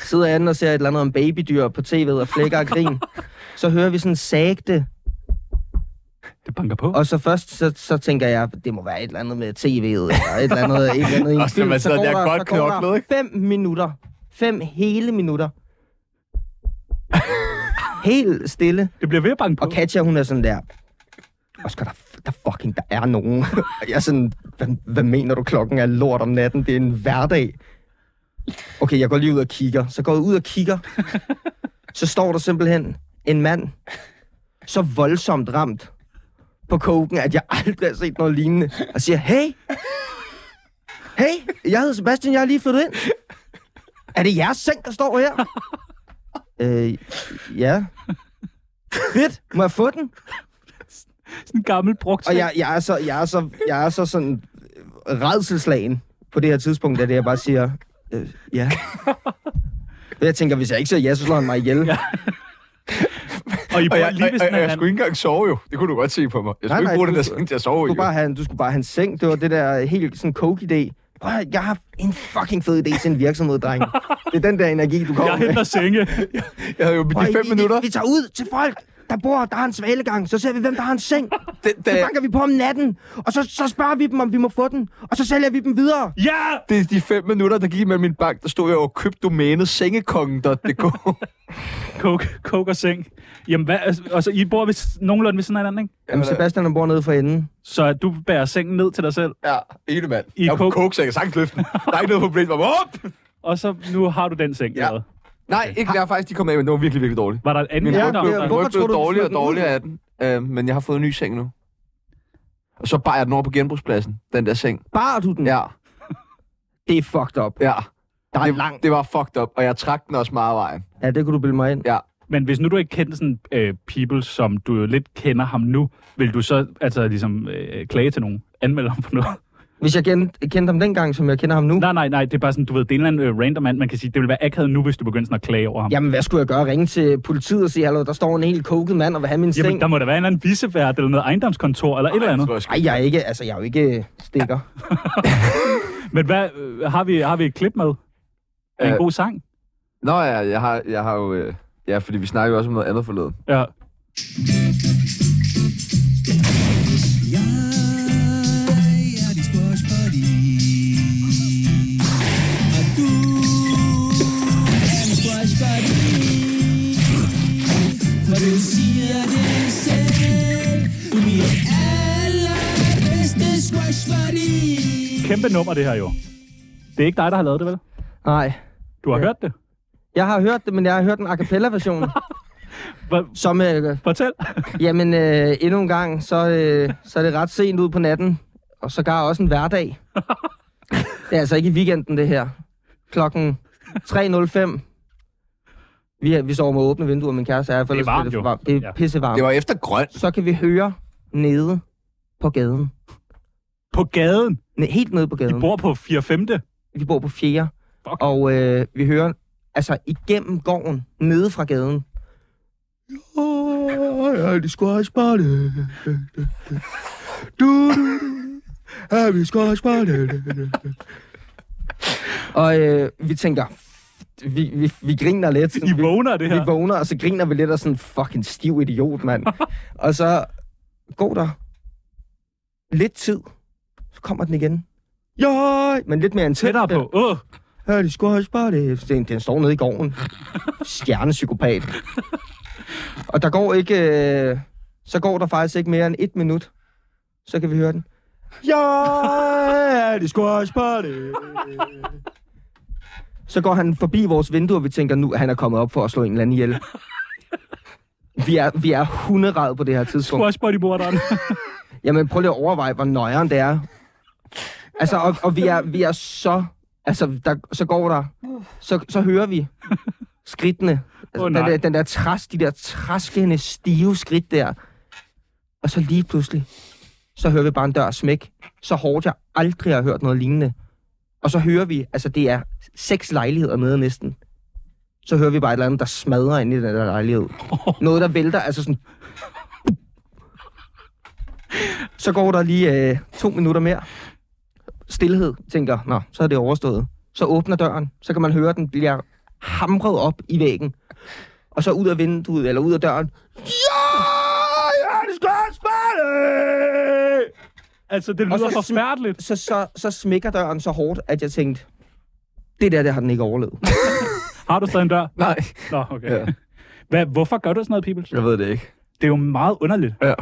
Speaker 2: sidder anden og ser et eller andet om babydyr på tv'et og flækker og grin. Så hører vi sådan sagte,
Speaker 3: Det banker på.
Speaker 2: og så først så, så tænker jeg, det må være et eller andet med tv'et, eller et eller andet, et eller andet i en
Speaker 1: Og så
Speaker 2: film.
Speaker 1: man sidder
Speaker 2: går
Speaker 1: der godt
Speaker 2: så går der
Speaker 1: knoklet, ikke?
Speaker 2: Fem minutter. Fem hele minutter. Helt stille.
Speaker 3: Det bliver ved at banke på.
Speaker 2: Og Katja, hun er sådan der, Oscar, der, der fucking, der er nogen. Og jeg er sådan, hvad, hvad mener du, klokken er lort om natten? Det er en hverdag. Okay, jeg går lige ud og kigger. Så går jeg ud og kigger. Så står der simpelthen en mand, så voldsomt ramt på koken, at jeg aldrig har set noget lignende. Og siger, hey, hey, jeg hedder Sebastian, jeg er lige flyttet ind. Er det jeres seng, der står her? øh, ja. Fedt, må jeg få den?
Speaker 3: Sådan en gammel brugt
Speaker 2: Og jeg, jeg, er så, jeg, er så, jeg er så sådan redselslagen på det her tidspunkt, at jeg bare siger, øh, ja. Og Jeg tænker, hvis jeg ikke siger ja, så slår han mig ihjel. Ja,
Speaker 3: og I bor
Speaker 1: Og jeg,
Speaker 3: lige ved
Speaker 1: og, og,
Speaker 3: sådan
Speaker 1: og jeg
Speaker 3: en
Speaker 1: skulle ikke engang sove jo. Det kunne du godt se på mig. Jeg
Speaker 2: Nej,
Speaker 1: skulle
Speaker 2: nej,
Speaker 1: ikke bruge
Speaker 2: du-
Speaker 1: den der seng til at sove
Speaker 2: du,
Speaker 1: i.
Speaker 2: skulle bare have, du skulle bare have en seng. Det var det der helt sådan coke-idé. Prøv at, høre, jeg har haft en fucking fed idé til en virksomhed, dreng. Det er den der energi, du kommer
Speaker 3: Jeg henter
Speaker 2: med.
Speaker 3: senge.
Speaker 1: Jeg havde jo med
Speaker 2: Prøv at,
Speaker 1: de fem
Speaker 2: I- I-
Speaker 1: minutter.
Speaker 2: Vi tager ud til folk, der bor, der har en svalegang. Så ser vi, hvem der har en seng.
Speaker 1: Det,
Speaker 2: Så
Speaker 1: det,
Speaker 2: banker vi på om natten, og så, så spørger vi dem, om vi må få den. Og så sælger vi dem videre.
Speaker 3: Ja!
Speaker 1: det er de fem minutter, der gik med min bank. Der stod jeg og købte domænet sengekongen.dk.
Speaker 3: Coke, coke og seng. Jamen, hvad, altså, og så I bor ved, s- nogenlunde ved sådan en anden, ikke?
Speaker 2: Jamen, Sebastian, han bor nede for enden.
Speaker 3: Så du bærer sengen ned til dig selv,
Speaker 1: ja, ene mand.
Speaker 3: I
Speaker 1: jeg er på
Speaker 3: coke.
Speaker 1: coke, så jeg kan sagtens løfte den. Der er ikke noget problem. Jeg var, Op!
Speaker 3: og så nu har du den seng.
Speaker 1: Ja.
Speaker 3: eller hvad?
Speaker 1: Nej, ikke der faktisk. De kom af, men det var virkelig, virkelig dårligt.
Speaker 3: Var der et andet
Speaker 1: Min
Speaker 2: Ja,
Speaker 1: ryg
Speaker 3: ja,
Speaker 2: det er-
Speaker 1: blev,
Speaker 2: hvorfor
Speaker 1: ryg
Speaker 2: tror
Speaker 1: blev dårligere
Speaker 2: du, du
Speaker 1: og
Speaker 2: smed den ud?
Speaker 1: dårligere af den. Øh, men jeg har fået en ny seng nu. Og så bar jeg den over på genbrugspladsen, den der seng.
Speaker 2: Bar du den?
Speaker 1: Ja,
Speaker 2: Det er fucked up.
Speaker 1: ja.
Speaker 2: Der er
Speaker 1: det,
Speaker 2: langt.
Speaker 1: det var fucked up, og jeg trak den også meget af vejen.
Speaker 2: Ja, det kunne du bilde mig ind.
Speaker 3: Men hvis nu du ikke kendte sådan øh, people, som du jo lidt kender ham nu, vil du så altså ligesom øh, klage til nogen? Anmelde ham for noget?
Speaker 2: Hvis jeg kendte, kendte ham dengang, som jeg kender ham nu, Nej.
Speaker 3: nej, nej, nej, det er bare sådan, du ved, det er en eller anden øh, random mand, man kan sige, det vil være akavet nu, hvis du begynder sådan at klage over ham.
Speaker 2: jamen hvad skulle jeg gøre? Ringe til politiet og sige, hallo, der står en helt koket mand og vil have min
Speaker 3: Jamen,
Speaker 2: seng?
Speaker 3: der må da være en eller anden vicevært eller noget ejendomskontor eller et eller andet.
Speaker 1: Så jeg skal-
Speaker 2: Nej, jeg er ikke, altså jeg er jo ikke stikker.
Speaker 3: Men hvad, øh, har, vi, har vi et klip med? Er en
Speaker 1: Øh.
Speaker 3: god sang?
Speaker 1: Nå ja, jeg har, jeg har jo... Øh, ja, fordi vi snakker jo også om noget andet forleden.
Speaker 3: Ja. Kæmpe nummer, det her jo. Det er ikke dig, der har lavet det, vel?
Speaker 2: Nej.
Speaker 3: Du har
Speaker 2: Ja.
Speaker 3: hørt det.
Speaker 2: Jeg har hørt det, men jeg har hørt en a cappella version.
Speaker 3: Hvor-
Speaker 2: som, øh,
Speaker 3: Fortæl.
Speaker 2: jamen, øh, endnu en gang, så, øh, så er det ret sent ud på natten. Og så gar også en hverdag. det er altså ikke i weekenden, det her. Klokken 3.05. Vi, er- vi sover med åbne vinduer, min kæreste er. for ellers bliver
Speaker 3: varmt jo.
Speaker 2: for varmt. Det
Speaker 3: Ja.
Speaker 2: er pissevarmt.
Speaker 1: Det var efter grøn.
Speaker 2: så kan vi høre nede på gaden.
Speaker 3: På gaden.
Speaker 2: Ne, helt nede på
Speaker 3: I
Speaker 2: gaden.
Speaker 3: bor på 4. 5.
Speaker 2: Vi bor på fjerde.
Speaker 3: Fuck.
Speaker 2: Og øh, vi hører altså igennem gården, nede fra gaden. er det squashbolle. Du, du, du. Er vi squashbolle. Og øh, vi tænker, vi, vi, vi griner lidt. sådan,
Speaker 3: I
Speaker 2: vi-
Speaker 3: vågner af det her.
Speaker 2: vi vågner, og så griner vi lidt og sådan, fucking stiv idiot, mand. og så går der lidt tid, så kommer den igen. Joj, men lidt mere end
Speaker 3: Tættere på. Åh, oh,
Speaker 2: Hør, de skulle også bare det. Den, den står nede i gården. Stjernepsykopat. og der går ikke... Øh, så går der faktisk ikke mere end et minut. Så kan vi høre den. Ja, de skulle også bare det. Så går han forbi vores vindue, og vi tænker nu, at han er kommet op for at slå en eller anden ihjel. Vi er, vi er hunderad på det her tidspunkt.
Speaker 3: squash bodyborderen.
Speaker 2: Jamen, prøv lige at overveje, hvor nøjeren det er. Altså, og, og vi, er, vi er så... Altså, der, så går der... Så, så hører vi skridtene. Altså,
Speaker 3: Åh,
Speaker 2: oh, den,
Speaker 3: nej.
Speaker 2: der, den der træs, de der træskende, stive skridt der. Og så lige pludselig, så hører vi bare en dør smæk. Så hårdt, jeg aldrig har hørt noget lignende. Og så hører vi, altså det er seks lejligheder nede næsten. Så hører vi bare et eller andet, der smadrer ind i den der lejlighed. Noget, der vælter, altså sådan Så går der lige øh, to minutter mere. Stilhed, tænker, nå, så er det overstået. Så åbner døren, så kan man høre, at den bliver hamret op i væggen. Og så ud af vinduet, eller ud af døren. Ja, jeg skal
Speaker 1: øh!
Speaker 2: spille!
Speaker 3: altså, det
Speaker 2: Og
Speaker 3: lyder
Speaker 2: så-
Speaker 3: forfærdeligt.
Speaker 2: Så, så, så smækker døren så hårdt, at jeg tænkte, det der, det har den ikke overlevet.
Speaker 3: Har du stadig en dør?
Speaker 1: Nej,
Speaker 3: Nå, okay.
Speaker 1: Ja.
Speaker 3: Hvad, hvorfor gør du sådan noget, Pibels?
Speaker 1: jeg ved det ikke.
Speaker 3: Det er jo meget underligt.
Speaker 1: Ja,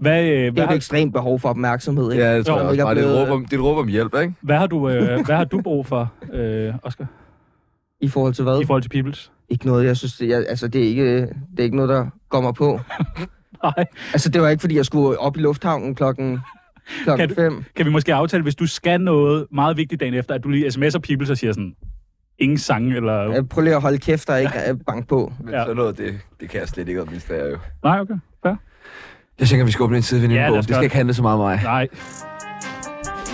Speaker 3: Hvad, øh,
Speaker 2: Det
Speaker 3: hvad,
Speaker 2: er et
Speaker 3: har,
Speaker 2: ekstremt behov for opmærksomhed, ikke?
Speaker 1: ja jeg øh, tror
Speaker 3: Jo,
Speaker 1: jo, også
Speaker 2: jeg
Speaker 1: bare, det er
Speaker 2: blev-
Speaker 1: et råb om, det er et råb om hjælp, ikke?
Speaker 3: hvad, har du, øh, hvad har du brug for, øh, Oscar,
Speaker 2: I forhold til hvad?
Speaker 3: i forhold til Pibels?
Speaker 2: Ikke noget, jeg synes, det, jeg, altså, det, er ikke, det er ikke noget, der kommer på.
Speaker 3: Nej.
Speaker 2: Altså, det var ikke, fordi jeg skulle op i lufthavnen klokken, klokken
Speaker 3: Kan du-
Speaker 2: fem.
Speaker 3: Kan vi måske aftale, hvis du skal noget meget vigtigt dagen efter, at du lige sms'er Pibels og siger sådan, ingen sang eller...
Speaker 2: Øh, Prøv lige at holde kæft og ikke øh, banke på.
Speaker 1: Men
Speaker 3: Ja.
Speaker 1: ja. sådan noget, det, det kan jeg slet ikke administrere jo.
Speaker 3: Nej, okay. Fair.
Speaker 1: Jeg tænker, vi skal åbne en side ved
Speaker 3: Ja, lad os
Speaker 1: Det
Speaker 3: gøre
Speaker 1: skal ikke handle så meget om mig.
Speaker 3: Nej.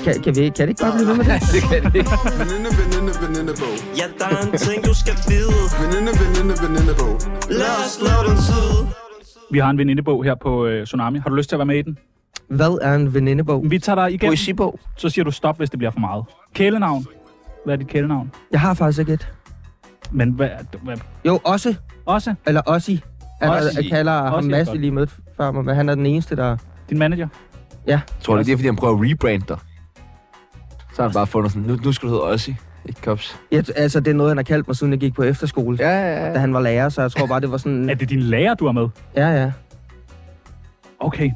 Speaker 2: Kan, kan, vi, kan det ikke bare blive ved med det?
Speaker 1: Det kan det ikke.
Speaker 6: Veninde, veninde, venindebog.
Speaker 4: Ja, der er en ting, du skal vide
Speaker 6: Veninde, veninde, venindebog.
Speaker 4: Lad os lave den tid
Speaker 3: Vi har en venindebog her på øh, Tsunami. Har du lyst til at være med i den?
Speaker 2: Hvad er en venindebog?
Speaker 3: Vi tager dig igennem,
Speaker 2: Poesibog.
Speaker 3: så siger du stop, hvis det bliver for meget. Kælenavn. Hvad er dit kælenavn?
Speaker 2: Jeg har faktisk ikke et.
Speaker 3: Men hvad... hvad
Speaker 2: Jo, også.
Speaker 3: også
Speaker 2: Eller Ossi. Han
Speaker 1: Ossi.
Speaker 2: Ossi. Jeg kalder
Speaker 3: Ossi
Speaker 2: ham
Speaker 3: er
Speaker 2: Mads,
Speaker 3: godt.
Speaker 2: vi lige mødte før mig, men han er den eneste, der...
Speaker 3: din manager.
Speaker 1: Jeg tror, det er det, fordi han prøver at rebrande dig. Så har han bare fundet sådan, nu, nu skal du hedde Ossi. Ikke Kops.
Speaker 2: Jeg, altså, det er noget, han har kaldt mig, siden jeg gik på efterskole, ja.
Speaker 1: ja,
Speaker 2: da han var lærer, så jeg tror bare, det var
Speaker 3: Er
Speaker 2: sådan...
Speaker 3: det din lærer, du er med?
Speaker 2: Ja, ja.
Speaker 3: Okay.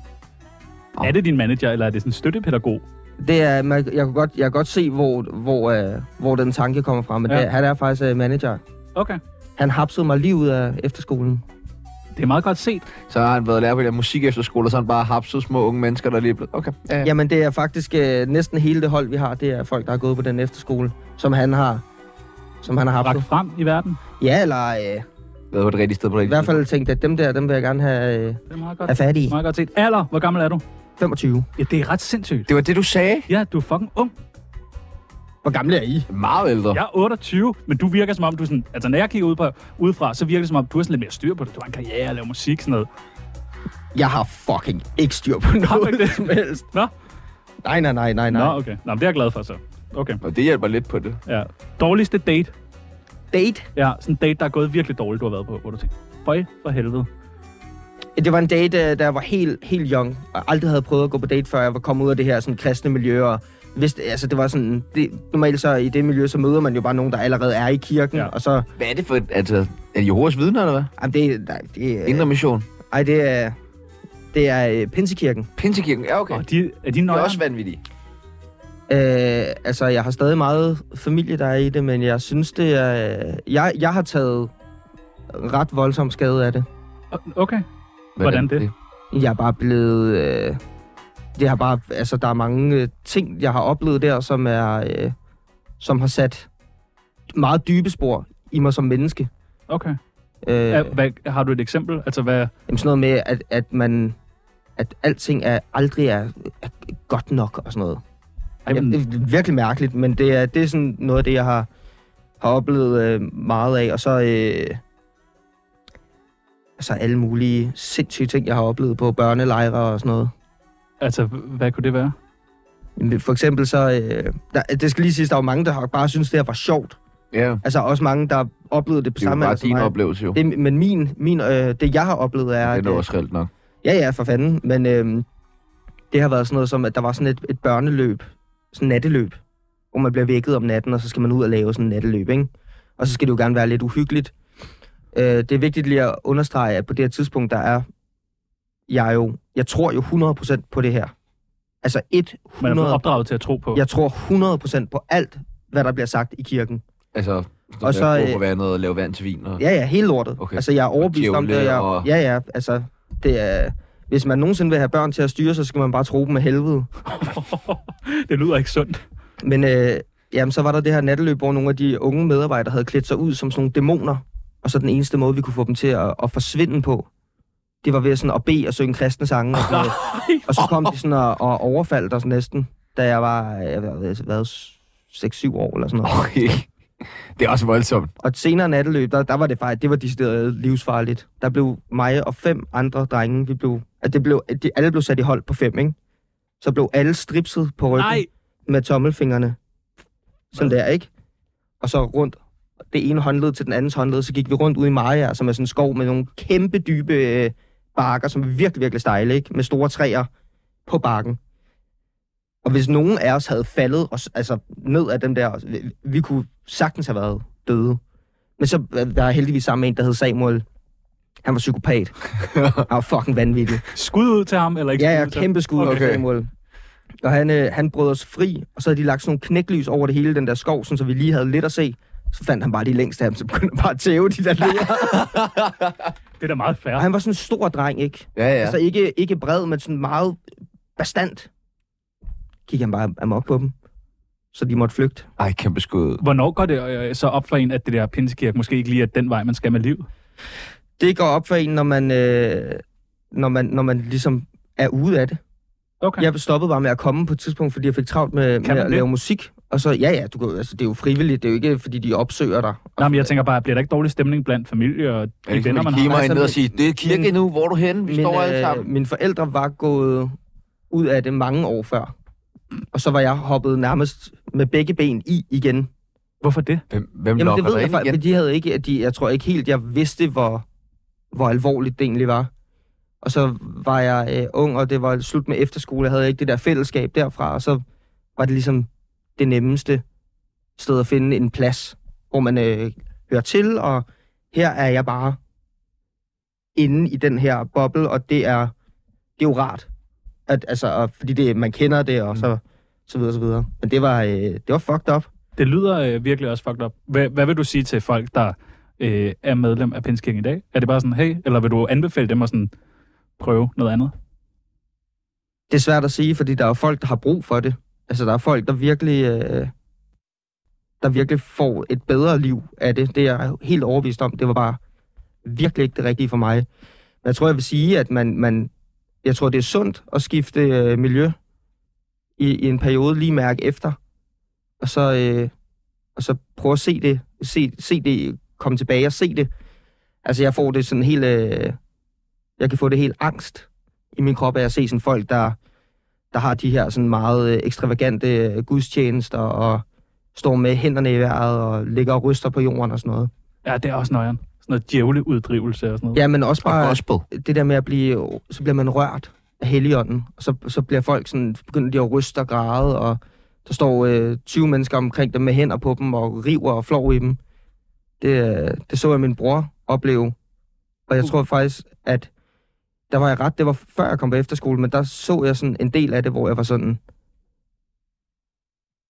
Speaker 3: Er det din manager, eller er det sådan en støttepædagog?
Speaker 2: Det er, man, jeg, kunne godt, jeg kan godt se, hvor, hvor, øh, hvor den tanke kommer fra, men
Speaker 3: Ja.
Speaker 2: ja. det, han er faktisk øh, manager.
Speaker 3: Okay.
Speaker 2: Han hapsede mig lige ud af efterskolen.
Speaker 3: Det er meget godt set.
Speaker 1: Så har han været lærer på den musik efter skole, og så har han bare hapset små unge mennesker, der lige er blevet... Okay. Ja, ja.
Speaker 2: Jamen, det er faktisk øh, næsten hele det hold, vi har. Det er folk, der har gået på den efterskole, som han har, som han har haft.
Speaker 3: Ragt frem i verden.
Speaker 2: Ja, eller øh,
Speaker 1: Været på det rigtige sted på det
Speaker 2: i
Speaker 1: rigtige
Speaker 2: hvert fald tænkt, at dem der, dem vil jeg gerne have, øh,
Speaker 3: Det er meget godt,
Speaker 2: have fat i.
Speaker 3: meget godt set. Alder, hvor gammel er du?
Speaker 2: 25.
Speaker 3: Ja, det er ret sindssygt.
Speaker 1: Det var det, du sagde.
Speaker 3: Ja, du er fucking ung.
Speaker 2: Hvor gamle er I?
Speaker 1: Meget ældre.
Speaker 3: Jeg er 28, men du virker som om, du er sådan... Altså, når jeg kigger ud på, udefra, så virker det som om, du har sådan lidt mere styr på det. Du har en karriere og laver musik sådan noget.
Speaker 2: Jeg har fucking ikke styr på
Speaker 3: ikke
Speaker 2: noget
Speaker 3: det?
Speaker 2: som helst.
Speaker 3: Nå?
Speaker 2: Nej, nej, nej, nej, nej.
Speaker 3: Nå, okay. Nå, men det er jeg glad for, så. Okay,
Speaker 1: Og det hjælper lidt på det.
Speaker 3: ja. Dårligste date?
Speaker 2: Date?
Speaker 3: Ja, sådan en date, der er gået virkelig dårligt, du har været på, hvor du tænker, Føj for helvede.
Speaker 2: Det var en date, øh, da jeg var helt, helt young, og aldrig havde prøvet at gå på date, før jeg var kommet ud af det her sådan, kristne miljø, og vidste, altså, det var sådan, det, normalt så i det miljø, så møder man jo bare nogen, der allerede er i kirken,
Speaker 3: Ja.
Speaker 2: ja. og så,
Speaker 1: Hvad er det for et... Altså, er det Jehovas vidner, eller hvad?
Speaker 2: jamen, det, nej, det, øh,
Speaker 1: Indre mission.
Speaker 2: Ej, det er, det er øh, Pinsekirken.
Speaker 1: Pinsekirken. Ja, okay.
Speaker 3: Og de, er de
Speaker 1: Det
Speaker 3: nøjere?
Speaker 1: er også vanvittigt.
Speaker 2: Øh, altså, jeg har stadig meget familie, der er i det, men jeg synes, det er... Øh, jeg, jeg har taget ret voldsom skade af det.
Speaker 3: Okay. Hvordan det?
Speaker 2: Jeg er bare blevet... Øh, det har bare... Altså, der er mange øh, ting, jeg har oplevet der, som er... Øh, som har sat meget dybe spor i mig som menneske.
Speaker 3: Okay.
Speaker 2: Øh,
Speaker 3: Ja,
Speaker 2: jamen,
Speaker 3: hvad, har du et eksempel? Altså, hvad...
Speaker 2: sådan noget med, at, at man... At alting er, aldrig er, er godt nok og sådan noget.
Speaker 3: Ej, men,
Speaker 2: Ja, det er virkelig mærkeligt, men det er, det er sådan noget af det, jeg har, har oplevet øh, meget af. Og så... Øh, altså alle mulige sindssyge ting, jeg har oplevet på børnelejre og sådan noget.
Speaker 3: Altså, h- hvad kunne det være?
Speaker 2: Jamen, For eksempel så, øh, der, det skal lige siges, der var mange, der har bare synes det her var sjovt.
Speaker 1: Ja,
Speaker 2: Altså også mange, der oplevede det på
Speaker 1: det er jo
Speaker 2: samme
Speaker 1: bare
Speaker 2: måde som
Speaker 1: din
Speaker 2: mig.
Speaker 1: oplevelse jo. Det
Speaker 2: Det, men min, min øh, det jeg har oplevet er...
Speaker 1: er, det
Speaker 2: at,
Speaker 1: er
Speaker 2: øh,
Speaker 1: også reelt nok.
Speaker 2: Ja, ja, for fanden. Men øhm, det har været sådan noget som, at der var sådan et, et børneløb, sådan et natteløb, hvor man bliver vækket om natten, og så skal man ud og lave sådan et natteløb, ikke? Og så skal det jo gerne være lidt uhyggeligt. Øh, det er vigtigt lige at understrege, at på det her tidspunkt, der er jeg jo, jeg tror jo 100% på det her. Altså
Speaker 3: Man er
Speaker 2: 100,
Speaker 3: blevet opdraget til at tro på.
Speaker 2: jeg tror 100% på alt, hvad der bliver sagt i kirken.
Speaker 1: Altså,
Speaker 2: Og
Speaker 1: og
Speaker 2: så,
Speaker 1: så... Øh,
Speaker 2: øh,
Speaker 1: vandet og lave vand til vin. Og...
Speaker 2: Ja, ja, hele lortet. Okay.
Speaker 1: Okay.
Speaker 2: Altså, jeg er overbevist om det.
Speaker 1: djævle
Speaker 2: Jeg,
Speaker 1: og-
Speaker 2: Ja, ja, altså, det er... Hvis man nogensinde vil have børn til at styre, så skal man bare tro dem af helvede.
Speaker 3: det lyder ikke sundt.
Speaker 2: Men øh, jamen, så var der det her natteløb, hvor nogle af de unge medarbejdere havde klædt sig ud som sådan nogle dæmoner. Og så den eneste måde, vi kunne få dem til at, at forsvinde på, det var ved sådan at bede og synge kristne sange. Og, sådan noget. og så kom de sådan og, og overfaldt os næsten, da jeg var, jeg ved, hvad, 6-7 år eller sådan noget.
Speaker 1: Okay. Det er også voldsomt.
Speaker 2: Og et senere natteløb, der, der var det faktisk, det var decideret livsfarligt. Der blev mig og fem andre drenge, vi blev, at det blev, de, alle blev sat i hold på fem, ikke? Så blev alle stripset på ryggen
Speaker 3: Nej,
Speaker 2: med tommelfingrene. Sådan der, ikke? Og så rundt det ene håndled til den andens håndled, så gik vi rundt ud i Maja, som er sådan en skov med nogle kæmpe dybe øh, bakker, som er virkelig, virkelig stejle, ikke? Med store træer på bakken. Og hvis nogen af os havde faldet os, altså ned af dem der, altså, vi, vi kunne sagtens have været døde. Men så var jeg heldigvis sammen med en, der hed Samuel. Han var psykopat. Han var fucking vanvittig.
Speaker 3: skud ud til ham, eller ikke
Speaker 2: Ja, ja,
Speaker 3: skud ud til ham?
Speaker 2: kæmpe skud okay.
Speaker 1: Okay.
Speaker 2: Samuel. Og han, øh, han brød os fri, og så havde de lagt sådan nogle knæklys over det hele, den der skov, sådan, så vi lige havde lidt at se. Så fandt han bare de længste af dem, så begyndte han bare at tæve de der leder.
Speaker 3: Det er da meget
Speaker 2: Og
Speaker 3: færre.
Speaker 2: han var sådan en stor dreng, ikke?
Speaker 1: Ja,
Speaker 2: Ja.
Speaker 1: ja.
Speaker 2: Altså ikke, ikke bred, men sådan meget bestandt. Kiggede han bare amok på dem, så de måtte flygte.
Speaker 1: Ej, kæmpe skud.
Speaker 3: Hvornår går det øh, så op for en, at det der pinsekirke måske ikke lige er den vej, man skal med livet?
Speaker 2: Det går op for en, når man, øh, når man, når man ligesom er ude af det.
Speaker 3: Okay.
Speaker 2: Jeg stoppede bare med at komme på et tidspunkt, fordi jeg fik travlt med, med
Speaker 3: man
Speaker 2: at
Speaker 3: det?
Speaker 2: lave musik. Og så, ja ja, du kan, jo- altså, det er jo frivilligt, det er jo ikke, fordi de opsøger dig.
Speaker 3: Nej, men jeg tænker bare, bliver der ikke dårlig stemning blandt familie og
Speaker 1: Er
Speaker 3: de
Speaker 1: det
Speaker 3: venner, man
Speaker 1: kigge
Speaker 3: har?
Speaker 2: Altså,
Speaker 1: mig ned og
Speaker 2: men-
Speaker 1: sige, det er kirke
Speaker 2: men- øh,
Speaker 1: nu, hvor er du henne? Vi står alle sammen.
Speaker 2: mine forældre var gået ud af det mange år før. Og så var jeg hoppet nærmest med begge ben i igen.
Speaker 3: Hvorfor det?
Speaker 1: Hvem, hvem
Speaker 2: Jamen, det
Speaker 1: lokker
Speaker 2: ved
Speaker 1: dig
Speaker 2: jeg
Speaker 1: ind
Speaker 2: faktisk,
Speaker 1: igen?
Speaker 2: men de havde ikke, at de, jeg tror ikke helt, jeg vidste, hvor, hvor alvorligt det egentlig var. Og så var jeg øh, ung, og det var slut med efterskole, jeg havde ikke det der fællesskab derfra, og så var det ligesom det nemmeste sted at finde en plads, hvor man øh, hører til, og her er jeg bare inde i den her boble, og det er, det er jo rart, at, altså, og, fordi det, man kender det, og så,
Speaker 1: Mm.
Speaker 2: så videre, så videre. Men det var, øh, det var fucked up.
Speaker 3: Det lyder øh, virkelig også fucked up. Hvad, hvad vil du sige til folk, der øh, er medlem af pinsekirken i dag? Er det bare sådan, hey, eller vil du anbefale dem at sådan prøve noget andet?
Speaker 2: det er svært at sige, fordi der er jo folk, der har brug for det. Altså, der er folk, der virkelig, øh, der virkelig får et bedre liv af det. Det er jeg helt overbevist om. Det var bare virkelig ikke det rigtige for mig. Men jeg tror, jeg vil sige, at man, man, jeg tror, det er sundt at skifte øh, miljø i, i en periode, lige mærke efter. Og så, øh, og så prøve at se det, se, se det, komme tilbage og se det. Altså, jeg får det sådan helt... Øh, jeg kan få det helt angst i min krop af at se sådan folk, der, der har de her sådan meget øh, ekstravagante øh, gudstjenester og står med hænderne i vejret og ligger og ryster på jorden og sådan noget.
Speaker 3: Ja, det er også nøjeren. Sådan noget djævleuddrivelse og sådan noget.
Speaker 2: Ja, men også
Speaker 1: Og
Speaker 2: bare
Speaker 1: gospel.
Speaker 2: det der med at blive, så bliver man rørt af heligånden, og så, så bliver folk sådan, begynder de at ryste og græde, og der står øh, 20 mennesker omkring dem med hænder på dem og river og flår i dem. Det, øh, det så jeg min bror opleve, og jeg tror faktisk, at der var jeg ret, det var før jeg kom på efterskole, men der så jeg sådan en del af det, hvor jeg var sådan,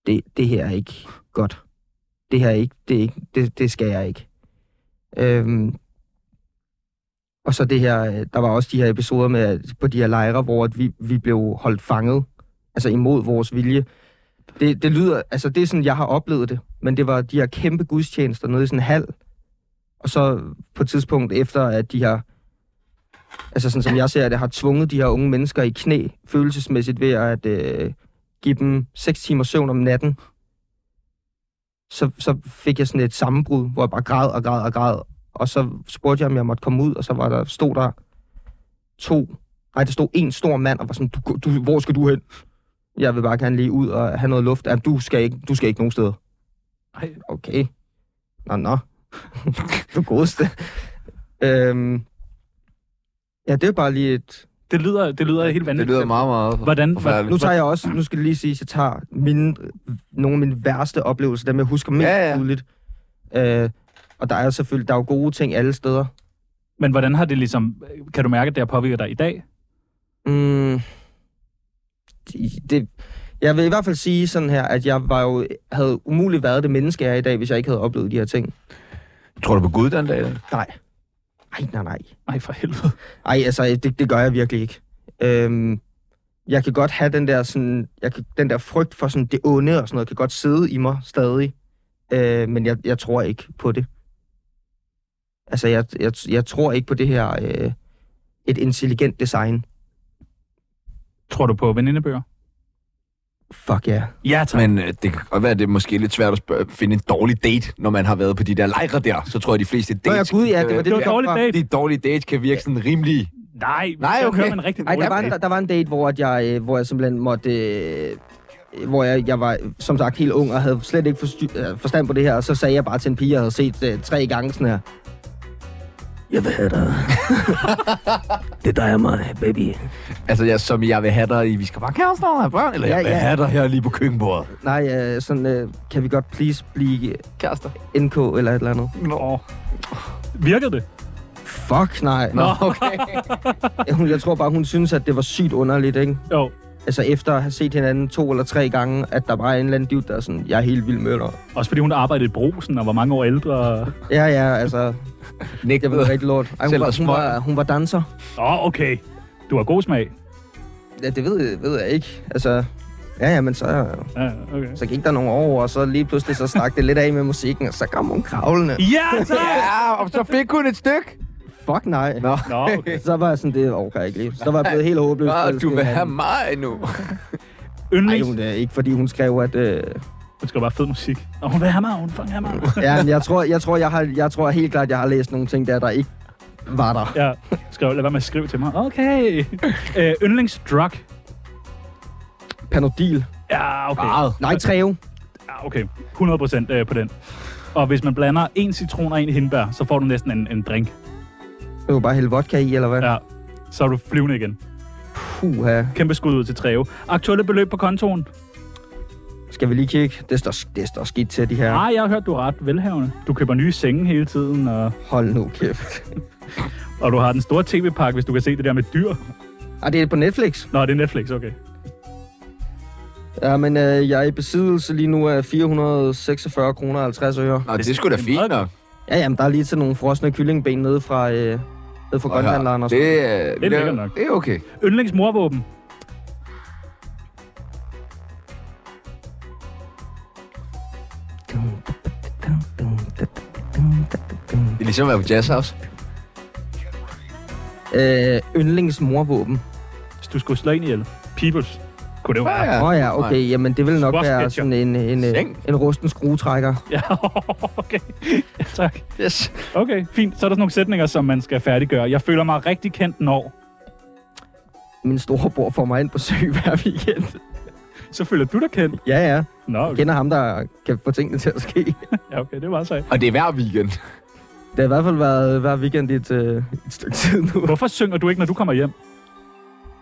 Speaker 2: det, det her er ikke godt. Det her er ikke, det, er ikke, det, det skal jeg ikke. Øhm, og så det her, øh, der var også de her episoder med, at på de her lejre, hvor at vi, vi blev holdt fanget, altså imod vores vilje. Det, det lyder, altså det er sådan, jeg har oplevet det, men det var de her kæmpe gudstjenester nede i sådan en hal, og så på et tidspunkt efter, at de har, altså sådan som jeg ser det, har tvunget de her unge mennesker i knæ følelsesmæssigt ved at øh, give dem 6 timer søvn om natten, så, så fik jeg sådan et sammenbrud, hvor jeg bare græd og græd og græd, og så spurgte jeg, om jeg måtte komme ud, og så var der, stod der to, nej, der stod en stor mand, og var sådan, du, du, hvor skal du hen? Jeg vil bare gerne lige ud og have noget luft. Jamen, du skal ikke, du skal ikke nogen steder.
Speaker 3: Ej.
Speaker 2: Okay. Nå, nå. du godeste. øhm, ja, det er bare lige et,
Speaker 3: Det lyder, det lyder helt
Speaker 1: Det
Speaker 3: vanvittigt.
Speaker 1: lyder meget, meget
Speaker 3: Hvordan-
Speaker 1: forfærdeligt.
Speaker 2: nu tager jeg også, nu skal det lige sige, at jeg tager mine, nogle af mine værste oplevelser, dem jeg husker mest
Speaker 1: Ja,
Speaker 2: ja,
Speaker 1: ja.
Speaker 2: ja. tydeligt. Øh, og der er selvfølgelig, der er jo gode ting alle steder.
Speaker 3: Men hvordan har det ligesom... Kan du mærke, at det har påvirket dig i dag?
Speaker 2: Mm, det, jeg vil i hvert fald sige sådan her, at jeg var jo, havde umuligt været det menneske, jeg er i dag, hvis jeg ikke havde oplevet de her ting.
Speaker 1: Tror du på Gud den dag?
Speaker 2: Nej. Nej, nej, nej.
Speaker 3: Ej, for helvede.
Speaker 2: Ej, altså, det, det gør jeg virkelig ikke. Øhm, jeg kan godt have den der, sådan, jeg kan, den der frygt for sådan, det onde og sådan noget, kan godt sidde i mig stadig. Øh, men jeg, jeg tror ikke på det. Altså, jeg, jeg, jeg tror ikke på det her, øh, et intelligent design.
Speaker 3: Tror du på venindebøger?
Speaker 2: Fuck ja. Yeah.
Speaker 3: Ja, tak.
Speaker 1: Men øh, det kan godt være, at det er måske lidt svært at spørge, finde en dårlig date, når man har været på de der lejre der. Så tror jeg, de fleste
Speaker 2: Nå
Speaker 1: dates...
Speaker 2: ja, gud ja, det
Speaker 1: øh,
Speaker 2: var det,
Speaker 3: det var en
Speaker 2: kom
Speaker 3: dårlig
Speaker 2: fra.
Speaker 3: date.
Speaker 1: De dårlige dates kan virke sådan rimelig...
Speaker 3: Nej,
Speaker 1: Nej,
Speaker 3: jeg
Speaker 1: okay.
Speaker 3: Hører man rigtig
Speaker 2: Ej, der
Speaker 3: dårlig
Speaker 2: var, en,
Speaker 3: date.
Speaker 2: der, der var en date, hvor, at jeg, øh, hvor jeg simpelthen måtte... Øh, hvor jeg, jeg var, som sagt, helt ung og havde slet ikke forstyr, øh, forstand på det her. Og så sagde jeg bare til en pige, jeg havde set øh, tre gange sådan her. Jeg vil have dig. det er dig og mig, baby.
Speaker 1: Altså, jeg, som i, jeg vil have dig i... Vi skal bare kæreste og have børn, eller
Speaker 2: Ja,
Speaker 1: jeg vil
Speaker 2: ja.
Speaker 1: have dig her lige på køkkenbordet.
Speaker 2: Nej, øh, sådan, øh, kan vi godt please blive
Speaker 1: Kærester.
Speaker 2: NK eller et eller andet?
Speaker 3: Nå. Virkede det?
Speaker 2: Fuck, nej.
Speaker 1: Nå, okay.
Speaker 2: Hun, jeg tror bare, hun synes, at det var sygt underligt, ikke?
Speaker 3: Jo.
Speaker 2: Altså, efter at have set hinanden to eller tre gange, at der var en eller anden dude, der er sådan, jeg er helt vild med dig.
Speaker 3: Også fordi hun arbejdede i brosen og var mange år ældre.
Speaker 2: Ja, ja, altså,
Speaker 1: Nick,
Speaker 2: Jeg ved rigtig lort. Ej,
Speaker 1: Selv
Speaker 2: hun, var,
Speaker 1: også
Speaker 2: hun,
Speaker 1: smøg.
Speaker 2: var, hun var danser.
Speaker 3: Åh, okay. Du har god smag.
Speaker 2: Ja, det ved, ved jeg ikke. Altså, ja, ja, men så,
Speaker 3: Ja, okay.
Speaker 2: så gik der nogle år, over, og så lige pludselig så stak det lidt af med musikken, og så kom hun kravlende.
Speaker 3: Ja, tak!
Speaker 1: Ja, og så fik hun et stykke.
Speaker 2: Fuck nej.
Speaker 1: Nå,
Speaker 3: Nå, okay.
Speaker 2: Så var jeg sådan, det orker jeg ikke lige. Så var jeg blevet helt håbløs.
Speaker 1: Nå du vil have
Speaker 2: mig.
Speaker 1: mig nu.
Speaker 2: Nej,
Speaker 3: Yndlings...
Speaker 2: hun, øh, ikke fordi hun skrev, at... Øh,
Speaker 3: Hun skal bare have fed musik. Og hun vil have mig, hun fucking have mig.
Speaker 2: ja, men jeg tror, jeg, tror, jeg, har, jeg tror helt klart, jeg har læst nogle ting der, der ikke var der.
Speaker 3: Ja, skrev, lad være med at skrive til mig. Okay. Øh, yndlingsdrug.
Speaker 2: Panodil.
Speaker 3: Ja, okay.
Speaker 1: Meget.
Speaker 2: Nej, Treo.
Speaker 3: Ja, okay. 100 procent øh, på den. Og hvis man blander en citron og en hindbær, så får du næsten en, en drink.
Speaker 2: Det var bare hælde vodka i, eller hvad? Ja.
Speaker 3: Ja. Så er du flyvende igen.
Speaker 2: Puha.
Speaker 3: Kæmpe skud ud til Treve. Aktuelle beløb på kontoen?
Speaker 2: Skal vi lige kigge? Det står, det står skidt til, de her.
Speaker 3: Ja. Ah, jeg har hørt, du er ret velhavende. Du køber nye senge hele tiden, og,
Speaker 2: Hold nu kæft.
Speaker 3: og du har den store tv-pakke, hvis du kan se det der med dyr.
Speaker 2: Ah, det er på Netflix.
Speaker 3: Nå, det er Netflix, okay.
Speaker 2: Ja, men øh, jeg er i besiddelse lige nu af 446 kroner og 50 øre.
Speaker 1: Nå, det er sgu da
Speaker 3: det er
Speaker 1: fint
Speaker 3: meget
Speaker 1: nok.
Speaker 2: Ja, jamen, der er lige til nogle frosne kyllingben nede fra, øh, nede fra
Speaker 1: Og her,
Speaker 2: grønhandleren og
Speaker 1: Det,
Speaker 2: sådan.
Speaker 1: er-
Speaker 3: Det er lækkert nok.
Speaker 1: Det er okay.
Speaker 3: Yndlingsmorvåben.
Speaker 1: Det er ligesom at være på jazzhouse.
Speaker 2: Øh, yndlingsmorvåben.
Speaker 3: Hvis du skulle slå en ihjel. Peoples. Kunne det jo være?
Speaker 2: Åh oh, ja, okay, jamen det vil nok
Speaker 3: Squash
Speaker 2: være
Speaker 3: catcher.
Speaker 2: sådan en, en, en,
Speaker 1: Seng.
Speaker 2: en rusten skruetrækker.
Speaker 3: Ja, okay. Ja, tak.
Speaker 1: Yes.
Speaker 3: Okay, fint. Så er der sådan nogle sætninger, som man skal færdiggøre. Jeg føler mig rigtig kendt, når...
Speaker 2: Min storebror får mig ind på sø hver weekend.
Speaker 3: Så føler du dig kendt.
Speaker 2: Ja, ja.
Speaker 3: Nå,
Speaker 2: Jeg
Speaker 3: okay.
Speaker 2: kender ham, der kan få tingene til at ske.
Speaker 3: Ja, okay, det var sejt.
Speaker 1: Og det er hver weekend.
Speaker 2: Det har i hvert fald været hver weekend i et, øh, et stykke tid nu.
Speaker 3: Hvorfor synger du ikke, når du kommer hjem?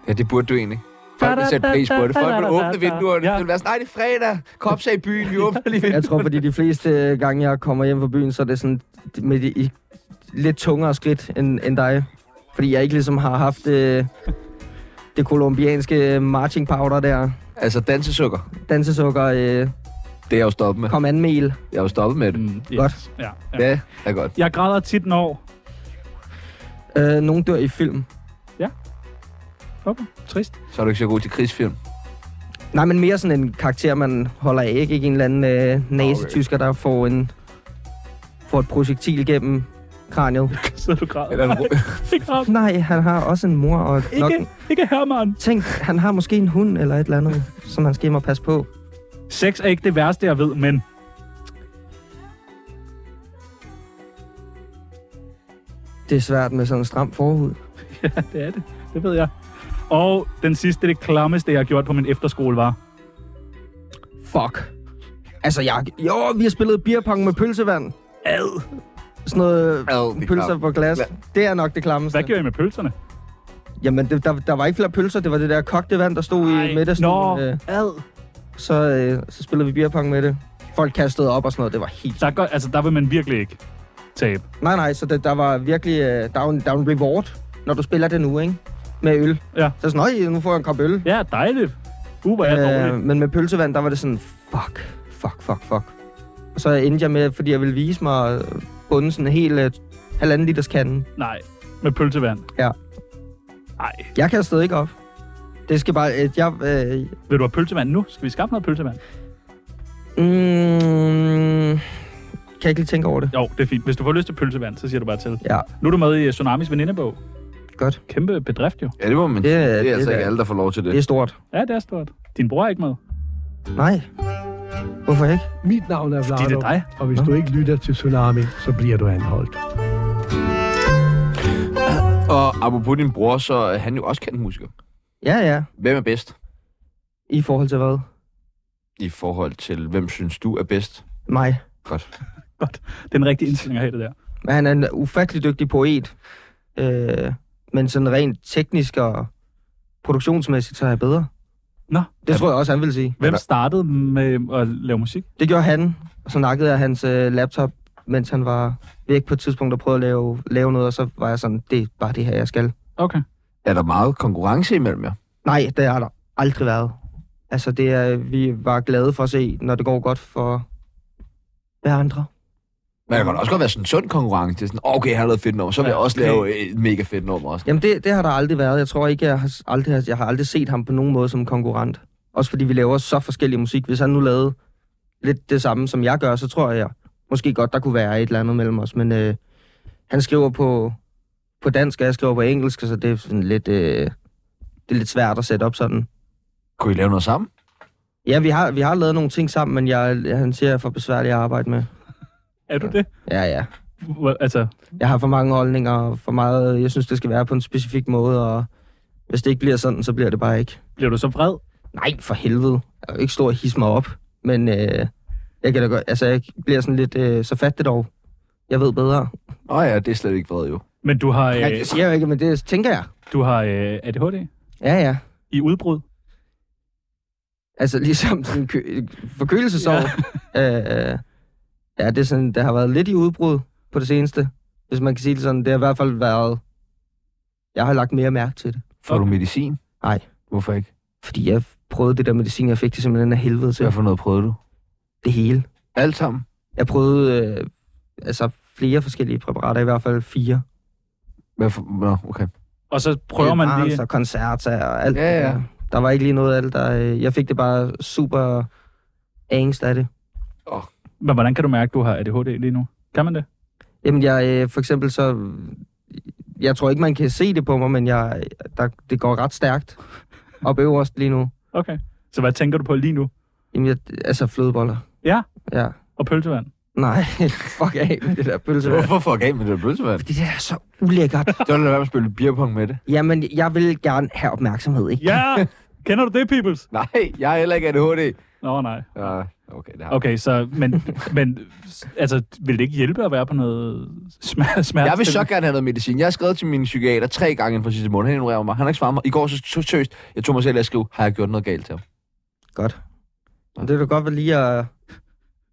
Speaker 1: Ja, det burde du egentlig. Folk vil sætte pris på det. Folk vil åbne vinduerne.
Speaker 3: Ja.
Speaker 1: Det vil være sådan, nej, det er fredag. Kom så i byen, vi åbner lige
Speaker 2: Jeg
Speaker 1: vinduerne.
Speaker 2: tror, fordi de fleste gange, jeg kommer hjem fra byen, så er det sådan med de, i, lidt tungere skridt end, end dig. Fordi jeg ikke ligesom har haft øh, det kolumbianske marching powder der.
Speaker 1: Altså, dansesukker.
Speaker 2: Dansesukker, øh,
Speaker 1: Det er jeg jo stoppet med.
Speaker 2: kom an mel.
Speaker 1: Jeg er jo stoppet med det.
Speaker 3: Mm, yes.
Speaker 2: Godt.
Speaker 3: Ja, ja.
Speaker 1: Ja, det er godt.
Speaker 3: Jeg græder tit, når...
Speaker 2: Øh, nogen dør i film.
Speaker 3: Okay, trist.
Speaker 1: Så er du ikke så god til krigsfilm.
Speaker 2: Nej, men mere sådan en karakter, man holder af. Ikke, ikke en eller anden øh, nazitysker, der får, en, får et projektil gennem kraniet.
Speaker 3: Så du græder.
Speaker 1: Eller en ru-
Speaker 3: Ikke ham.
Speaker 2: Nej, han har også en mor og nok...
Speaker 3: Ikke, ikke Herman.
Speaker 2: Tænk, han har måske en hund eller et eller andet, som han skal hjem og passe på.
Speaker 3: Sex er ikke det værste, jeg ved, men...
Speaker 2: det er svært med sådan en stram forhud.
Speaker 3: det er det. Det ved jeg. Og den sidste, det klammeste, jeg har gjort på min efterskole, var...
Speaker 2: Fuck. Altså, jeg... Jo, vi har spillet beerpong med pølsevand.
Speaker 3: Ad!
Speaker 2: Sådan noget
Speaker 1: Ad, det er
Speaker 2: pølser
Speaker 1: klamt.
Speaker 2: på glas.
Speaker 1: Hva-
Speaker 2: Det er nok det klammeste.
Speaker 3: Hvad gjorde I med pølserne?
Speaker 2: Jamen, det, der, der var ikke flere pølser. Det var det der kogte vand, der stod
Speaker 3: Ej,
Speaker 2: i middagstuen.
Speaker 3: nå.
Speaker 2: Øh, så, øh, så spillede vi beerpong med det. Folk kastede op og sådan noget. Det var helt...
Speaker 3: Der, gør, altså, der vil man virkelig ikke tabe.
Speaker 2: Nej, nej, så det, der var virkelig... Øh, der, er jo en, der er jo en reward, når du spiller det nu, ikke? Med øl.
Speaker 3: Ja.
Speaker 2: Så sådan, "Øj, nu får jeg en kop øl.
Speaker 3: Ja, dejligt. Uh, hvor er jeg dårlig.
Speaker 2: Øh, men med pølsevand, der var det sådan, fuck, fuck, fuck, fuck. Og så endte jeg med, fordi jeg ville vise mig, øh, bunden sådan en hel øh, halvanden liters kande.
Speaker 3: Nej, med pølsevand.
Speaker 2: Ja.
Speaker 3: Nej,
Speaker 2: Jeg kastede ikke op. Det skal bare... Øh, jeg, øh,
Speaker 3: vil du have pølsevand nu? Skal vi skaffe noget pølsevand?
Speaker 2: mm, kan jeg ikke lige tænke over det.
Speaker 3: Jo, det er fint. Hvis du får lyst til pølsevand, så siger du bare til.
Speaker 2: Ja,
Speaker 3: Nu er du med i øh, Tsunamis venindebog.
Speaker 2: Godt.
Speaker 3: Kæmpe bedrift jo.
Speaker 1: Ja, det må man
Speaker 2: Det
Speaker 1: sige.
Speaker 2: er-
Speaker 1: Det,
Speaker 2: det
Speaker 1: er altså
Speaker 2: er-
Speaker 1: ikke alle, der får lov til det.
Speaker 2: det er stort.
Speaker 3: Ja, det er stort. Din bror er ikke med.
Speaker 2: Nej. Hvorfor ikke?
Speaker 7: Mit navn er
Speaker 3: det er
Speaker 7: Vlado,
Speaker 3: dig.
Speaker 7: og hvis du ikke lytter til Tsunami, så bliver du anholdt.
Speaker 1: Og apropos din bror, så er han jo også kendt musiker.
Speaker 2: Ja, ja.
Speaker 1: Hvem er bedst
Speaker 2: I forhold til hvad?
Speaker 1: i forhold til, hvem synes du er bedst?
Speaker 2: Mig.
Speaker 1: Godt.
Speaker 3: Det er en rigtig indstilling at have det der.
Speaker 2: Men han er en ufattelig dygtig poet. Øh, men sådan rent teknisk og produktionsmæssigt, så er jeg bedre.
Speaker 3: Nå.
Speaker 2: Det tror jeg også, han vil sige.
Speaker 3: Hvem startede med at lave musik?
Speaker 2: Det gjorde han, og så nakkede jeg hans øh, laptop, mens han var væk på et tidspunkt og prøvede at lave, lave noget, og så var jeg sådan, det er bare det her, jeg skal.
Speaker 3: Okay.
Speaker 1: Er der meget konkurrence imellem jer?
Speaker 2: Nej, det har der aldrig været. Altså, det er, vi var glade for at se, når det går godt for hver andre.
Speaker 1: Men der kan da også godt være sådan en sund konkurrence. Det er sådan, "Åh, okay, han har lavet fedt nummer, så vil
Speaker 3: Ja,
Speaker 1: jeg også
Speaker 3: okay.
Speaker 1: lave et mega fedt nummer også.
Speaker 2: Jamen, det, det har der aldrig været. Jeg tror ikke, jeg har, s- aldrig, har- jeg har aldrig set ham på nogen måde som konkurrent. Også fordi vi laver så forskellig musik. Hvis han nu lavede lidt det samme, som jeg gør, så tror jeg måske godt, der kunne være et eller andet mellem os. Men øh, han skriver på, på dansk, og jeg skriver på engelsk, så det er, sådan lidt, øh, det er lidt svært at sætte op sådan.
Speaker 1: Kunne I lave noget sammen?
Speaker 2: Ja, vi har, vi har lavet nogle ting sammen, men jeg, han siger, jeg er for besværlig at arbejde med.
Speaker 3: Er du det?
Speaker 2: Ja, ja.
Speaker 3: Hvor- Altså,
Speaker 2: Jeg har for mange holdninger, og for meget, jeg synes, det skal være på en specifik måde, og hvis det ikke bliver sådan, så bliver det bare ikke.
Speaker 3: bliver du så vred?
Speaker 2: Nej, for helvede. Jeg er jo ikke stor at hisse mig op. Men øh, jeg kan da godt... Altså, jeg bliver sådan lidt... Øh, så fat det dog. Jeg ved bedre.
Speaker 1: Nå ja, det er slet ikke vred jo.
Speaker 3: Men du har,
Speaker 2: Nej,
Speaker 3: øh,
Speaker 2: det siger jeg jo ikke, men det tænker jeg.
Speaker 3: du har øh, ADHD
Speaker 2: Ja, ja.
Speaker 3: i udbrud.
Speaker 2: Altså, ligesom sådan en kø- forkølelsesår. Ja. Øh, øh, ja, det er sådan... Der har været lidt i udbrud på det seneste. Hvis man kan sige det sådan. Det har i hvert fald været... Jeg har lagt mere mærke til det.
Speaker 1: Får du medicin?
Speaker 2: Nej.
Speaker 1: Hvorfor ikke?
Speaker 2: Fordi jeg prøvede det der medicin, jeg fik det simpelthen af helvede til.
Speaker 1: Hvad for noget prøvede du?
Speaker 2: Det hele.
Speaker 1: Alt sammen?
Speaker 2: Jeg prøvede... Øh, altså, flere forskellige præparater. I hvert fald fire.
Speaker 1: Hvad for... Nå, okay.
Speaker 3: Og så prøver man lige...
Speaker 2: Og koncerter og alt
Speaker 1: Ja,
Speaker 2: det
Speaker 1: ja.
Speaker 2: der. Der var ikke lige noget af det, der... øh, Jeg fik det bare super angst af det.
Speaker 3: Men hvordan kan du mærke, at du har ADHD lige nu? Kan man det?
Speaker 2: Jamen, jeg øh, for eksempel så... Jeg tror ikke, man kan se det på mig, men jeg, der, det går ret stærkt op øverst lige nu.
Speaker 3: Okay. Så hvad tænker du på lige nu?
Speaker 2: Jamen, jeg, altså flødeboller.
Speaker 3: Ja.
Speaker 2: Ja.
Speaker 3: Og pølsevand?
Speaker 2: Nej, fuck af med det der pølsevand.
Speaker 1: Hvorfor fuck af med det der pølsevand?
Speaker 2: Fordi det er så ulækkert.
Speaker 1: Så ville det være med at spille beerpong med det.
Speaker 2: Jamen, jeg vil gerne have opmærksomhed, ikke?
Speaker 3: Ja! Kender du det, peoples?
Speaker 1: Nej, jeg er heller ikke ADHD.
Speaker 3: Nå, nej.
Speaker 1: Ja, okay, det har okay.
Speaker 3: Okay, så... Men, men altså, vil det ikke hjælpe at være på noget smer- smerte?
Speaker 1: Jeg vil så gerne have noget medicin. Jeg har skrevet til min psykiater tre gange inden for sidste måned. Han ignorerer mig. Han har ikke svaret mig. I går så så seriøst. Jeg tog mig selv at skrive, har jeg gjort noget galt til ham?
Speaker 2: Godt. Men det er da godt ved lige at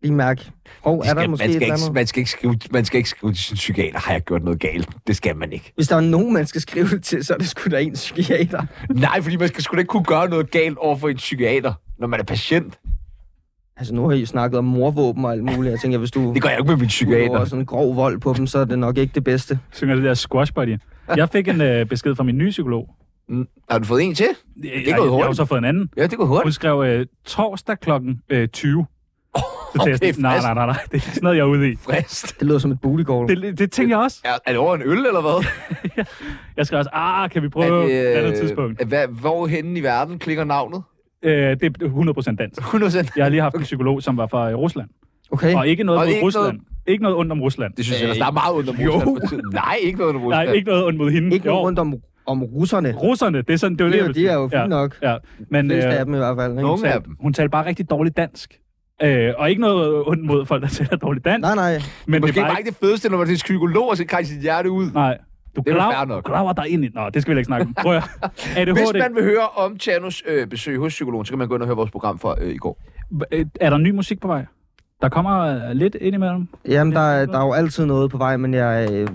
Speaker 2: lige mærke. Hov, er der måske
Speaker 1: man,
Speaker 2: et
Speaker 1: skal
Speaker 2: eller
Speaker 1: ikke,
Speaker 2: andet?
Speaker 1: man, skal ikke skrive, man skal ikke skrive til sin psykiater, har jeg gjort noget galt? Det skal man ikke.
Speaker 2: Hvis der er nogen, man skal skrive det til, så er det sgu da en psykiater.
Speaker 1: Nej, fordi man skal sgu da ikke kunne gøre noget galt over for en psykiater, når man er patient.
Speaker 2: Altså, nu har I jo snakket om morvåben og alt muligt. Jeg tænker, hvis du
Speaker 1: Det gør jeg jo ikke med min
Speaker 2: over
Speaker 1: psykiater.
Speaker 2: sådan en grov vold på dem, så er det nok ikke det bedste.
Speaker 3: Synger det der squash buddy. Jeg fik en øh, besked fra min nye psykolog.
Speaker 1: Mm, Har du fået en til?
Speaker 3: Det
Speaker 1: gået
Speaker 3: Jeg har jo
Speaker 1: hurtigt.
Speaker 3: så fået en anden.
Speaker 1: Ja, det går hurtigt.
Speaker 3: Hun skrev øh, torsdag kl. Øh, 20. Så tænkte
Speaker 1: Okay,
Speaker 3: jeg sådan, nej,
Speaker 1: frisk.
Speaker 3: nej, nej, nej, det er ikke sådan noget, jeg er ude i.
Speaker 1: Frist.
Speaker 2: Det lyder som et bulegård.
Speaker 3: Det, det tænkte jeg også.
Speaker 1: Er, er det over en øl, eller hvad? øh,
Speaker 3: Jeg skrev også, ah, kan vi prøve det, et andet tidspunkt?
Speaker 1: er- Hvad, hvor henne i verden klikker navnet?
Speaker 3: Øh, det er 100% dansk.
Speaker 1: 100
Speaker 3: Jeg har lige haft en psykolog, som var fra øh, Rusland.
Speaker 2: Okay,
Speaker 3: Og ikke noget
Speaker 1: Og
Speaker 3: mod
Speaker 1: ikke
Speaker 3: Rusland. Ikke noget ondt om Rusland.
Speaker 1: Det synes jeg
Speaker 8: Øh,
Speaker 1: ellers, der er meget ondt om Rusland. for tiden. Nej, ikke noget ondt om
Speaker 3: Nej,
Speaker 1: Rusland.
Speaker 3: ikke noget ondt mod hende.
Speaker 2: Ikke noget rundt om, om russerne.
Speaker 3: Russerne, det er sådan, det var
Speaker 2: De
Speaker 3: det,
Speaker 2: er
Speaker 3: jeg
Speaker 2: jo,
Speaker 3: ville
Speaker 2: de
Speaker 3: sige.
Speaker 2: er jo fint
Speaker 3: ja.
Speaker 2: nok.
Speaker 3: Ja, men
Speaker 2: Flest
Speaker 3: øh,
Speaker 2: af dem i hvert fald. Ikke?
Speaker 1: Nogle af
Speaker 3: tal,
Speaker 1: dem.
Speaker 3: hun talte bare rigtig dårligt dansk. Øh, og ikke noget ondt mod folk, der taler dårligt dansk.
Speaker 2: Nej, nej.
Speaker 3: men
Speaker 1: Måske
Speaker 3: det er
Speaker 1: bare ikke det fedeste, når man til psykolog og skal kræse sit hjerte ud.
Speaker 3: Nej. Du
Speaker 1: Det er vel
Speaker 3: graver,
Speaker 1: fair nok.
Speaker 3: du graver dig ind i... Nå, det skal vi heller ikke snakke om. Prøv at høre.
Speaker 1: Hvis
Speaker 3: ADHD,
Speaker 1: man vil høre om Tjanos øh, besøg hos psykologen, så kan man gå ind og høre vores program fra øh, i går.
Speaker 3: Øh, er der ny musik på vej? Der kommer øh, lidt ind imellem.
Speaker 2: Jamen, der, er- der er jo altid noget på vej, men jeg, øh,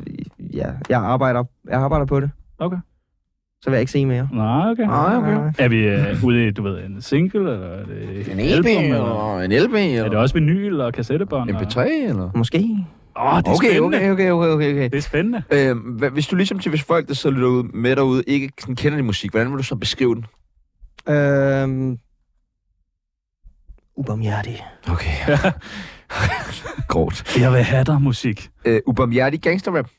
Speaker 2: ja, jeg, arbejder, jeg arbejder på det.
Speaker 3: Okay.
Speaker 2: Så vil jeg ikke se mere.
Speaker 3: Nej, okay.
Speaker 1: Ah.
Speaker 2: Nej, okay.
Speaker 3: Er vi øh, ude i, du ved, en single, eller er det
Speaker 1: En
Speaker 3: et
Speaker 1: LP,
Speaker 3: album, eller?
Speaker 1: eller en LP,
Speaker 3: Er det
Speaker 1: eller
Speaker 3: også vinyl og kassettebånd?
Speaker 1: en
Speaker 3: og-
Speaker 1: MP3, eller...
Speaker 2: Måske.
Speaker 3: Åh, oh, det er okay,
Speaker 1: Okay,
Speaker 3: spændende. Okay.
Speaker 1: okay, okay, okay, okay. okay.
Speaker 3: Det er spændende.
Speaker 1: Øh, hvad- hvis du ligesom til, hvis folk, der sidder og lytter ud med derude, ikke sådan kender din musik, hvordan vil du så beskrive den?
Speaker 2: Øhm, ubarmhjertig.
Speaker 1: Okay. Grovt.
Speaker 3: Jeg vil have dig musik.
Speaker 1: Øh, Ubarmhjertig gangsterrap.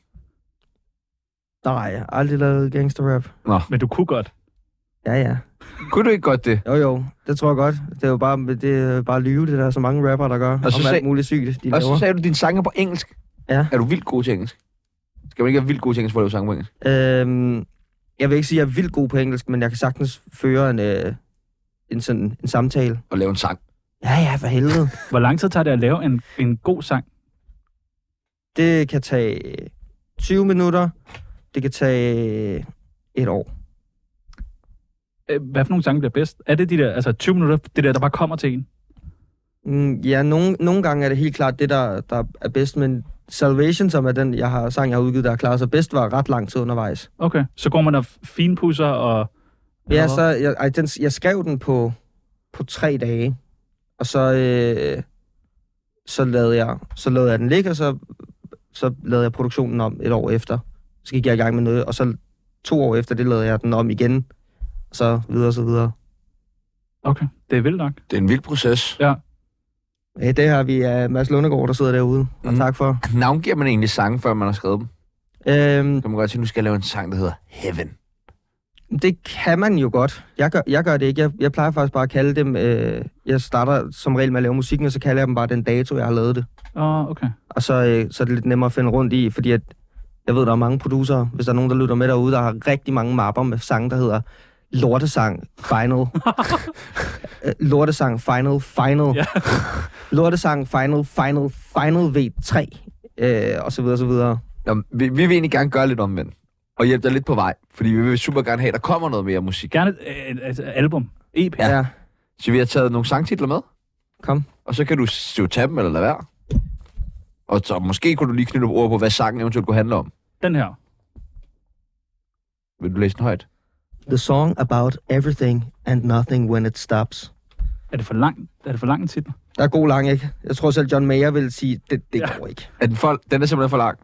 Speaker 2: Nej, aldrig lavet gangsterrap.
Speaker 3: Men du kunne godt.
Speaker 2: Ja, ja.
Speaker 1: Kunne du ikke godt det?
Speaker 2: Jo, jo. Det tror jeg godt. Det er jo bare, det er bare lyve, det der er så mange rappere, der gør.
Speaker 1: så
Speaker 2: Og så om
Speaker 1: sag-
Speaker 2: alt muligt sygt, de
Speaker 1: Og så
Speaker 2: laver.
Speaker 1: sagde du dine sange på engelsk.
Speaker 2: Ja.
Speaker 1: Er du vildt god til engelsk? Skal man ikke være vildt god til engelsk for at lave sange på engelsk?
Speaker 2: Øhm, jeg vil ikke sige, at jeg er vildt god på engelsk, men jeg kan sagtens føre en, øh, en, sådan, en samtale.
Speaker 1: Og lave en sang.
Speaker 2: Ja, ja, for helvede.
Speaker 3: Hvor lang tid tager det at lave en, en god sang?
Speaker 2: Det kan tage øh, 20 minutter. Det kan tage øh, et år.
Speaker 3: Øh, Hvad for nogle sange bliver bedst? Er det de der, altså 20 minutter, det der, der bare kommer til en?
Speaker 2: Mm, ja, nogle, nogle gange er det helt klart det, der, der er bedst, men Salvation, som er den jeg har, sang, jeg har udgivet, der har klaret sig bedst, var ret lang tid undervejs.
Speaker 3: Okay, så går man og finpusser og...
Speaker 2: Ja,
Speaker 3: eller
Speaker 2: så jeg, ej, den, jeg skrev den på, på tre dage, og så, øh, så, lavede jeg, så lavede jeg den ligge, og så, så lavede jeg produktionen om et år efter. Så gik jeg i gang med noget, og så to år efter, det lavede jeg den om igen, og så videre, så videre.
Speaker 3: hvad? Okay, det er vildt nok.
Speaker 1: Det er en vild proces.
Speaker 2: Ja, det har vi af Mads Lundegård, der sidder derude. Og
Speaker 1: Mm.
Speaker 2: mm. tak for.
Speaker 1: Navngiver man egentlig sange, før man har skrevet dem?
Speaker 2: Øhm,
Speaker 1: Kan man godt sige, nu skal jeg lave en sang, der hedder Heaven.
Speaker 2: det kan man jo godt. Jeg gør, jeg gør det ikke. Jeg, jeg plejer faktisk bare at kalde dem... Øh, jeg starter som regel med at lave musikken, og så kalder jeg dem bare den dato, jeg har lavet det.
Speaker 3: Åh, oh, okay.
Speaker 2: Og så, øh, så er det lidt nemmere at finde rundt i, fordi at, jeg ved, der er mange producerer, hvis der er nogen, der lytter med derude, der har rigtig mange mapper med sange, der hedder Lortesang Final. Øh, Lortesang Final Final.
Speaker 3: Ja.
Speaker 2: Lortesang Final Final Final V3. Øh, og så videre, så videre.
Speaker 1: Nå, men vi, vi vil egentlig gerne gøre lidt omvendt. Og hjælpe dig lidt på vej. Fordi vi vil super gerne have, at der kommer noget mere musik.
Speaker 3: Gerne et øh, altså, album. EP.
Speaker 2: Ja. ja.
Speaker 1: Så vi har taget nogle sangtitler med.
Speaker 2: Kom.
Speaker 1: Og så kan du s- jo tage dem eller lade være. Og så måske kunne du lige knytte nogle ord på, hvad sangen eventuelt kunne handle om.
Speaker 3: Den her.
Speaker 1: Vil du læse den højt?
Speaker 2: The song about everything and nothing when it stops.
Speaker 3: Er det for lang, er det for lang en titel?
Speaker 2: Der er god lang, ikke? Jeg tror selv, John Mayer ville sige, det, det
Speaker 3: Ja.
Speaker 2: ja. går ikke.
Speaker 1: Er den, for, den er simpelthen for lang.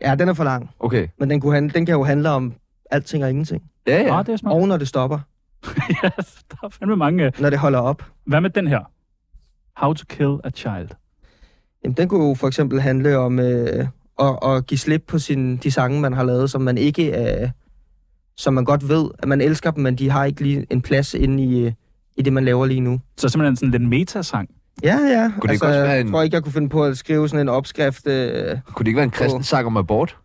Speaker 2: Ja, den er for lang,
Speaker 1: Okay.
Speaker 2: men den, kunne handle, den kan jo handle om alting og ingenting.
Speaker 1: Ja,
Speaker 3: Ja,
Speaker 1: ja.
Speaker 3: oh, det er smart.
Speaker 2: Og når det stopper,
Speaker 3: Ja, der er fandme mange. øh.
Speaker 2: når det holder op.
Speaker 3: Hvad med den her? How to kill a child.
Speaker 2: Jamen, den kunne jo for eksempel handle om øh, at, at give slip på sin, de sange, man har lavet, som man ikke øh, som man godt ved, at man elsker dem, men de har ikke lige en plads inde i, øh, i det, man laver lige nu.
Speaker 3: Så simpelthen sådan lidt metasang.
Speaker 2: Ja, ja.
Speaker 1: det
Speaker 2: altså,
Speaker 1: godt være
Speaker 2: jeg
Speaker 1: en-
Speaker 2: tror ikke, jeg kunne finde på at skrive sådan en opskrift. Øh,
Speaker 1: Kunne det ikke være en kristen
Speaker 2: Åh.
Speaker 1: sang om abort?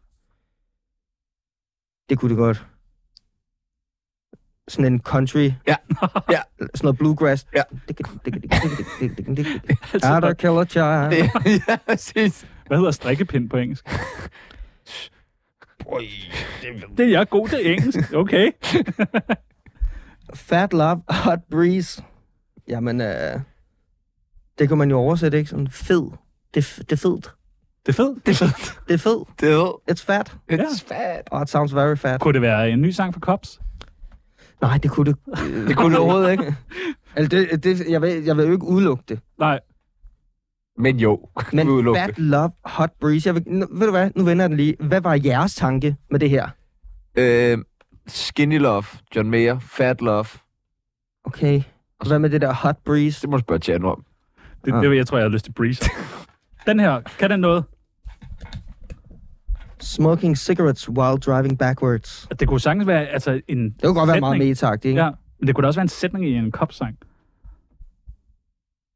Speaker 2: det kunne det godt. Sådan en country.
Speaker 1: Ja. Ja.
Speaker 2: Sådan noget bluegrass.
Speaker 1: Ja.
Speaker 2: How to kill a child.
Speaker 1: ja, præcis.
Speaker 3: Altså, Hvad hedder strikkepind på engelsk? Det er jeg god til engelsk. Okay.
Speaker 2: Fat Love, Hot Breeze. Jamen, øh, det kan man jo oversætte, ikke? Sådan fed. Det, er f- det er fedt.
Speaker 3: Det er fedt.
Speaker 1: Det er fedt.
Speaker 2: Det er fed.
Speaker 1: Det er fedt.
Speaker 2: It's fat.
Speaker 1: It's fat.
Speaker 2: Oh, it sounds very fat.
Speaker 3: Kunne det være en ny sang for Cops?
Speaker 2: Nej, det kunne det.
Speaker 1: Det kunne det overhovedet ikke.
Speaker 2: Altså, det, det, jeg, vil, jeg vil jo ikke udelukke det.
Speaker 3: Nej.
Speaker 1: Men jo.
Speaker 2: Men
Speaker 1: Vi udelukker
Speaker 2: Fat
Speaker 1: det.
Speaker 2: Love, Hot Breeze. Jeg vil, nu, ved du hvad? Nu vender jeg den lige. Hvad var jeres tanke med det her?
Speaker 1: Øh, skinny Love, John Mayer, Fat Love.
Speaker 2: Okay. Og hvad med det der Hot Breeze?
Speaker 1: Det må du spørge Tjerno om.
Speaker 3: Det, det, jeg tror, jeg har lyst til Breeze. Den her. Kan den noget?
Speaker 2: Smoking cigarettes while driving backwards.
Speaker 3: Det kunne sagtens være altså, en
Speaker 2: Det kunne godt være meget
Speaker 3: sætning.
Speaker 2: metagtigt, ikke?
Speaker 3: Ja, men det kunne da også være en sætning i en kopsang.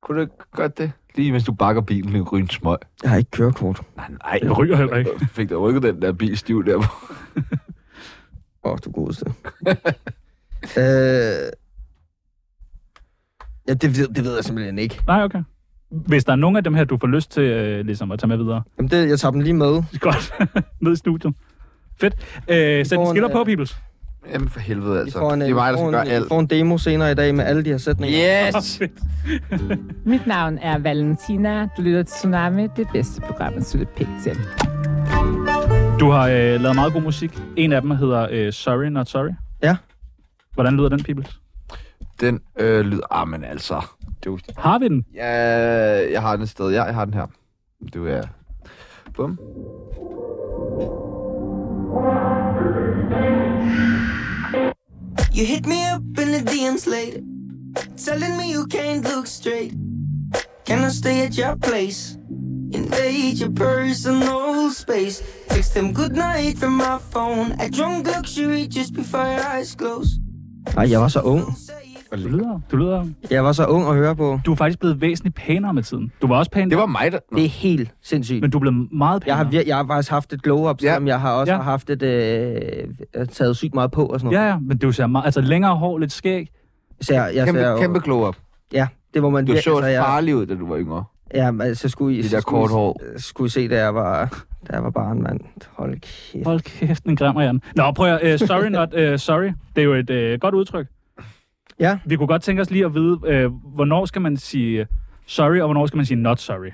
Speaker 1: Kunne du ikke godt det? Lige mens du bakker bilen, lige ryge en smøg.
Speaker 2: Jeg har ikke kørekort.
Speaker 1: Nej, nej.
Speaker 3: Det ryger heller ikke.
Speaker 1: Fik du rykket den der bil stiv der på?
Speaker 2: Åh, oh, du godeste. øh... Ja, det ved, det ved jeg simpelthen ikke.
Speaker 3: Nej, okay. Hvis der er nogen af dem her, du får lyst til øh, ligesom at tage med videre,
Speaker 2: Jamen, det, jeg tager dem lige med.
Speaker 3: så godt. med i studiet. Fedt. Øh, sæt
Speaker 2: får
Speaker 3: en
Speaker 2: en,
Speaker 3: skiller på,
Speaker 2: øh,
Speaker 3: Peoples.
Speaker 1: Jamen for helvede
Speaker 2: Vi
Speaker 1: altså.
Speaker 2: får en,
Speaker 1: det er mig, der skal
Speaker 2: får
Speaker 1: gøre
Speaker 2: en,
Speaker 1: alt.
Speaker 2: får en demo senere i dag med alle de her sætninger.
Speaker 1: Yes!
Speaker 3: Fedt.
Speaker 8: Mit navn er Valentina. Du lytter til Tsunami, det bedste program, at slutte pænt til.
Speaker 3: Du har øh, lavet meget god musik. En af dem hedder øh, Sorry Not Sorry.
Speaker 2: Ja.
Speaker 3: Hvordan lyder den, Peoples?
Speaker 1: Den øh, lyder... Ah, men altså. Det er jo
Speaker 3: Har vi den?
Speaker 1: Ja, jeg har den et sted. Ja, jeg har den her. Du er... Bum.
Speaker 4: You hit me up in the DMs later, telling me you can't look straight. Can I stay at your place? Invade your personal space. Text them good night from my phone. At drunk luxury just before your eyes close.
Speaker 2: Ej, jeg var så ung.
Speaker 3: Du lyder, du lyder...
Speaker 2: Jeg var så ung at høre på.
Speaker 3: Du er faktisk blevet væsentligt pænere med tiden. Du var også pæn,
Speaker 1: Det var mig, der... Nå,
Speaker 2: Det er helt sindssygt.
Speaker 3: men du er blevet meget pænere.
Speaker 2: Jeg har, vir- jeg har faktisk haft et glow-up,
Speaker 1: Ja.
Speaker 2: selvom jeg har også
Speaker 3: Ja.
Speaker 2: ja. haft et, øh, taget sygt meget på og sådan noget.
Speaker 3: Ja, ja, men du ser meget... Altså, længere hår, lidt skæg.
Speaker 2: Så jeg, jeg
Speaker 1: kæmpe,
Speaker 2: ser jo-
Speaker 1: kæmpe glow up.
Speaker 2: Ja, det var man
Speaker 1: Du
Speaker 2: vir-
Speaker 1: så
Speaker 2: altså, jeg,
Speaker 1: farlig ud, da du var yngre.
Speaker 2: ja, men altså, skulle I,
Speaker 1: Det der
Speaker 2: skulle
Speaker 1: kort
Speaker 2: I-
Speaker 1: hår.
Speaker 2: Skulle I se, da jeg var, da jeg var barn, mand. Hold kæft.
Speaker 3: Hold kæft, den grimmer jeg Nå, prøv at, uh, sorry not uh, sorry. Det er jo et uh, godt udtryk.
Speaker 2: Ja.
Speaker 3: Vi kunne godt tænke os lige at vide, uh, hvornår skal man sige øh, sorry, og hvornår skal man sige not sorry.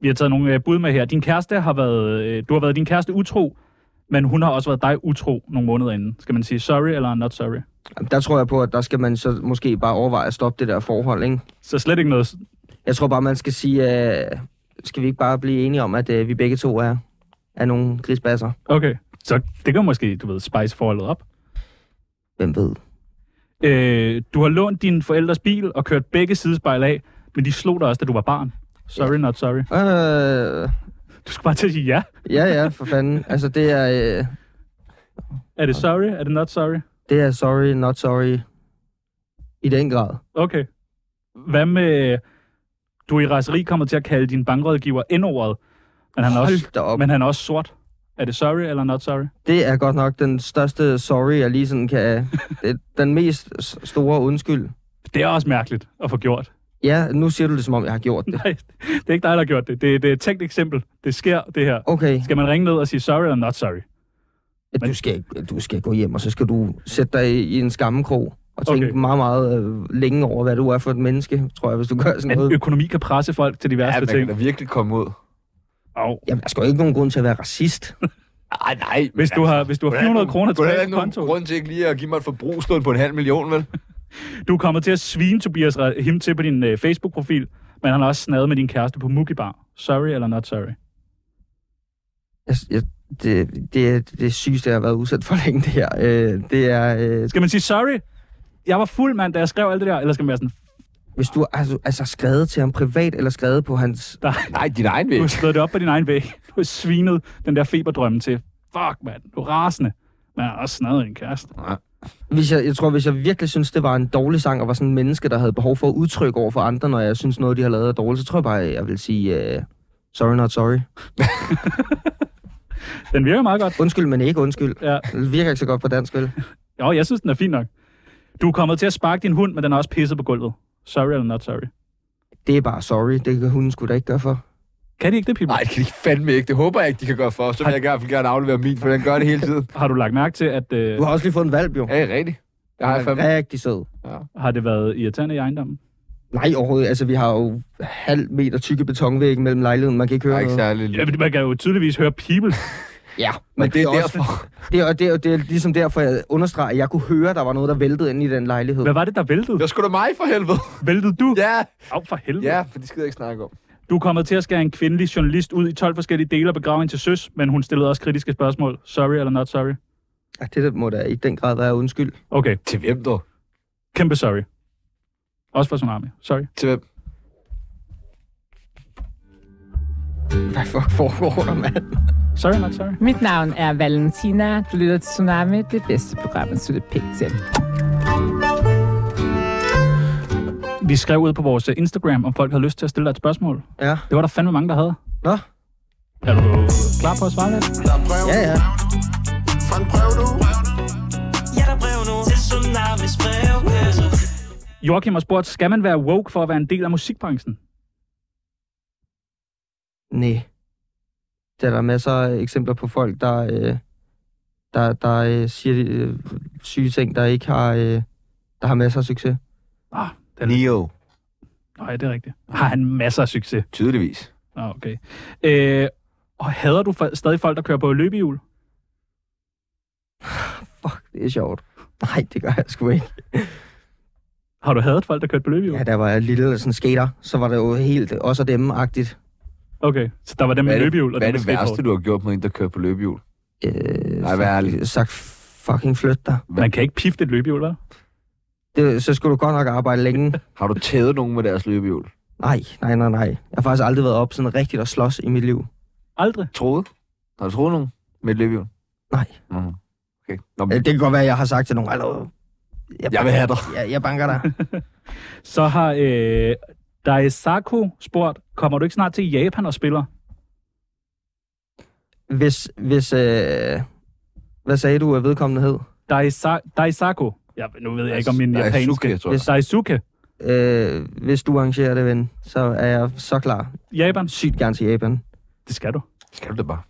Speaker 3: Vi har taget nogle uh, bud med her. Din kæreste har været, uh, du har været din kæreste utro, men hun har også været dig utro nogle måneder inden. Skal man sige sorry eller not sorry?
Speaker 2: Jamen, Der tror jeg på, at der skal man så måske bare overveje at stoppe det der forhold, ikke?
Speaker 3: Så slet ikke noget. s-
Speaker 2: Jeg tror bare, man skal sige, øh, skal vi ikke bare blive enige om, at øh, vi begge to er, er nogle grisbasser?
Speaker 3: Okay. Så det kan måske, du ved, spice forholdet op.
Speaker 2: Hvem ved?
Speaker 3: Øh, du har lånt din forældres bil og kørt begge sidespejl af, men de slog dig også, da du var barn. Sorry, not sorry.
Speaker 2: Øh,
Speaker 3: Du skal bare til at sige ja.
Speaker 2: ja, ja, for fanden. Altså, det er, øh,
Speaker 3: Er det sorry? Er det not sorry?
Speaker 2: det er sorry, not sorry. I den grad.
Speaker 3: Okay. Hvad med, du er i raseri kommer til at kalde din bankrådgiver endordet, men han er også,
Speaker 2: Hold da op.
Speaker 3: men han er også sort. Er det sorry eller not sorry?
Speaker 2: Det er godt nok den største sorry, jeg lige sådan kan... det- den mest s- store undskyld.
Speaker 3: Det er også mærkeligt at få gjort.
Speaker 2: Ja, nu siger du det, som om jeg har gjort det.
Speaker 3: Nej, det er ikke dig, der har gjort det. Det, det er et tænkt eksempel. Det sker, det her.
Speaker 2: Okay,
Speaker 3: Skal man ringe ned og sige sorry eller not sorry?
Speaker 2: du skal, du skal gå hjem, og så skal du sætte dig i, i en skammekrog og tænke
Speaker 3: Okay.
Speaker 2: okay. meget, meget øh, længe over, hvad du er for et menneske, tror jeg, hvis du gør sådan
Speaker 3: Men
Speaker 2: noget.
Speaker 3: økonomi kan presse folk til de værste
Speaker 1: Ja, man kan
Speaker 3: ting.
Speaker 1: da virkelig komme ud.
Speaker 3: Au.
Speaker 2: Jamen, der skal jo ikke nogen grund til at være racist.
Speaker 1: Ej, nej. men
Speaker 3: Hvis du
Speaker 1: altså,
Speaker 3: har, hvis du har
Speaker 1: hvordan er
Speaker 3: 400
Speaker 1: nogen-
Speaker 3: kroner
Speaker 1: hvordan er
Speaker 3: tilbage
Speaker 1: der
Speaker 3: på
Speaker 1: nogen
Speaker 3: kontoen,
Speaker 1: grund til ikke lige at give mig et forbrugslån på en halv million, vel?
Speaker 3: du er kommet til at svine Tobias Ra- him til på din øh, Facebook-profil, men han har også snadet med din kæreste på Mookie Bar. Sorry eller not sorry?
Speaker 2: Jeg, jeg, det, det, er det sygeste, jeg har været udsat for længe, det her. Øh, det er, øh,
Speaker 3: Skal man sige sorry? Jeg var fuld mand, da jeg skrev alt det der. Eller skal man være sådan,
Speaker 2: hvis du har altså, altså, skrevet til ham privat, eller skrevet på hans...
Speaker 3: der,
Speaker 1: Nej, din egen væg.
Speaker 3: du har slået det op på din egen væg. Du har svinet den der feberdrømme til. Fuck, mand. Du er rasende. Men jeg har også snadet en kæreste.
Speaker 2: Hvis jeg, jeg tror, hvis jeg virkelig synes, det var en dårlig sang, og var sådan en menneske, der havde behov for at udtrykke over for andre, når jeg synes, noget, de har lavet er dårligt, så tror jeg bare, jeg vil sige... Øh, sorry, not sorry.
Speaker 3: Den virker meget godt.
Speaker 2: Undskyld, men ikke undskyld.
Speaker 3: Ja.
Speaker 2: Det virker ikke så godt på dansk, vel?
Speaker 3: Jo, jeg synes, den er fin nok. Du er kommet til at sparke din hund, men den er også pisset på gulvet. Sorry eller not sorry?
Speaker 2: Det er bare sorry. Det kan hunden sgu da ikke gøre for.
Speaker 3: Kan de ikke det, Pippi?
Speaker 1: Nej, det kan de fandme ikke. Det håber jeg ikke, de kan gøre for. Så vil jeg i hvert fald gerne aflevere min, for den gør det hele tiden.
Speaker 3: Har du lagt mærke til, at øh,
Speaker 2: Du har også lige fået en valp, jo.
Speaker 1: Ja, det er rigtigt. Jeg har
Speaker 2: Han
Speaker 1: fandme...
Speaker 2: er rigtig sød.
Speaker 3: har det været irriterende i ejendommen?
Speaker 2: Nej, overhovedet. Altså, vi har jo halv meter tykke betonvægge mellem lejligheden. Man kan ikke
Speaker 1: Jeg
Speaker 2: høre
Speaker 1: er ikke
Speaker 2: noget.
Speaker 1: særlig...
Speaker 3: Ja, men man kan jo tydeligvis høre people.
Speaker 2: Ja,
Speaker 1: Men det er
Speaker 2: også,
Speaker 1: derfor...
Speaker 2: Det er, det, er, det er ligesom derfor, jeg understreger, at jeg kunne høre, at der var noget, der væltede ind i den lejlighed.
Speaker 3: Hvad var det, der væltede?
Speaker 1: Det var sgu da mig for helvede.
Speaker 3: Væltede du?
Speaker 1: Ja,
Speaker 3: Au, for helvede.
Speaker 1: ja, for det skider jeg ikke snakke om.
Speaker 3: Du er kommet til at skære en kvindelig journalist ud i 12 forskellige dele og begrave hende til søs, men hun stillede også kritiske spørgsmål. Sorry eller not sorry?
Speaker 2: Ja, det der må da i den grad være undskyld.
Speaker 3: Okay,
Speaker 1: Til hvem, dog?
Speaker 3: kæmpe sorry. Også for Tsunami. Sorry.
Speaker 1: Til hvem?
Speaker 2: Hvad fuck foregår der, mand?
Speaker 3: Sorry, not sorry.
Speaker 8: Mit navn er Valentina. Du lytter til Tsunami, det bedste program, at slutte pænt til.
Speaker 3: Vi skrev ud på vores øh, Instagram, om folk havde lyst til at stille dig et spørgsmål.
Speaker 2: Ja.
Speaker 3: Det var der fandme mange, der havde.
Speaker 2: Nå?
Speaker 3: Er du klar på at svare lidt?
Speaker 6: Der er brev
Speaker 2: Ja, ja.
Speaker 6: fra en brev, du.
Speaker 4: Ja, der er brev nu til Tsunamis brevkasse.
Speaker 3: Joachim har spurgt, skal man være woke for at være en del af musikbranchen?
Speaker 2: Nej. Der er der masser af eksempler på folk, der, øh, der, der øh, siger øh, syge ting, der ikke har, øh, der har masser af succes.
Speaker 3: Ah, den...
Speaker 1: Neo,
Speaker 3: Nej, det er rigtigt. Har han masser af succes.
Speaker 1: tydeligvis.
Speaker 3: Ah, okay. Øh, og hader du for, stadig folk, der kører på løbehjul?
Speaker 2: Fuck, det er sjovt. Nej, det gør jeg sgu ikke.
Speaker 3: Har du hadet folk, der kørte på løbehjul?
Speaker 2: Ja, der var jeg lille sådan skater, så var det jo helt os og dem-agtigt.
Speaker 3: Okay, så der var dem med løbehjul, og
Speaker 1: hvad er
Speaker 3: dem
Speaker 1: det
Speaker 3: med skateboard.
Speaker 1: værste, du har gjort mod en, der kører på løbehjul?
Speaker 2: Øh,
Speaker 1: Nej, vær ærlig.
Speaker 2: sagt, sagt, fucking flyt dig.
Speaker 3: Man kan ikke pifte et løbehjul, hvad?
Speaker 2: Det, så skulle du godt nok arbejde længe.
Speaker 1: Har du tævet nogen med deres løbehjul?
Speaker 2: Nej, nej, nej, nej. Jeg har faktisk aldrig været op sådan rigtigt og slås i mit liv.
Speaker 3: Aldrig.
Speaker 1: Troet? Har du troet nogen med et løbehjul?
Speaker 2: Nej.
Speaker 1: Mm. Okay. Nå,
Speaker 2: Øh,
Speaker 1: men,
Speaker 2: Det kan godt være, at jeg har sagt til nogen, Hallo, jeg,
Speaker 1: jeg vil have dig.
Speaker 2: jeg, jeg banker dig.
Speaker 3: Så har øh, Daisako spurgt, kommer du ikke snart til Japan og spiller?
Speaker 2: hvis, hvis øh, hvad sagde du, at vedkommende hed?
Speaker 3: Daisa- Daisako. Ja, nu ved jeg ikke, om min
Speaker 1: Nej, Suki,
Speaker 3: japanske...
Speaker 1: jeg tror jeg.
Speaker 3: Daisuke.
Speaker 2: Øh, hvis du arrangerer det, ven, så er jeg så klar.
Speaker 3: Japan.
Speaker 2: Sygt gerne til Japan.
Speaker 3: Det skal du.
Speaker 1: Skal du det bare?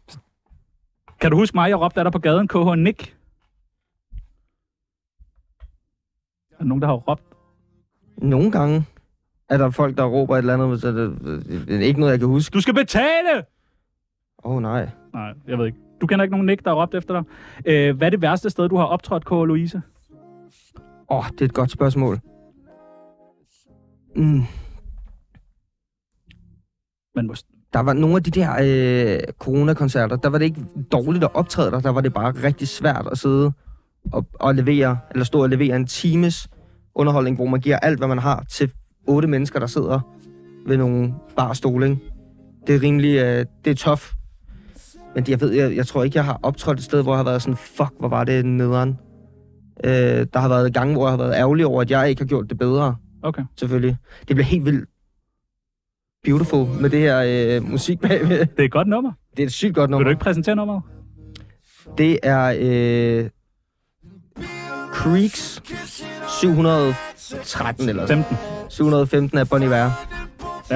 Speaker 3: Kan du huske mig, jeg råbte af dig på gaden, KH Nick? Er der nogen, der har råbt?
Speaker 2: Nogle gange er der folk, der råber et eller andet, så det, det er ikke noget, jeg kan huske.
Speaker 3: Du skal betale!
Speaker 2: Åh oh, nej.
Speaker 3: Nej, jeg ved ikke. Du kender ikke nogen Nick, der har råbt efter dig. Øh, hvad er det værste sted, du har optrådt, KH Louise?
Speaker 2: Åh, oh, det er et godt spørgsmål. Mm.
Speaker 3: Man må...
Speaker 2: Der var nogle af de der øh, coronakoncerter, der var det ikke dårligt at optræde der, der var det bare rigtig svært at sidde og, og levere, eller stå og levere en times underholdning, hvor man giver alt, hvad man har til otte mennesker, der sidder ved nogle barstole. ikke? Det er rimelig, øh, det er tof. Men jeg ved, jeg, jeg tror ikke, jeg har optrådt et sted, hvor jeg har været sådan, fuck, hvor var det nederen. Øh, der har været gange, hvor jeg har været ærgerlig over, at jeg ikke har gjort det bedre
Speaker 3: Okay.
Speaker 2: selvfølgelig. Det bliver helt vildt beautiful med det her øh, musik bagved.
Speaker 3: Det er et godt nummer.
Speaker 2: Det er et sygt godt
Speaker 3: Vil du
Speaker 2: nummer.
Speaker 3: ikke præsentere nummeret?
Speaker 2: Det er øh, Creeks 713 eller sådan.
Speaker 3: 15.
Speaker 2: 715 af Bon Iver.
Speaker 3: Ja,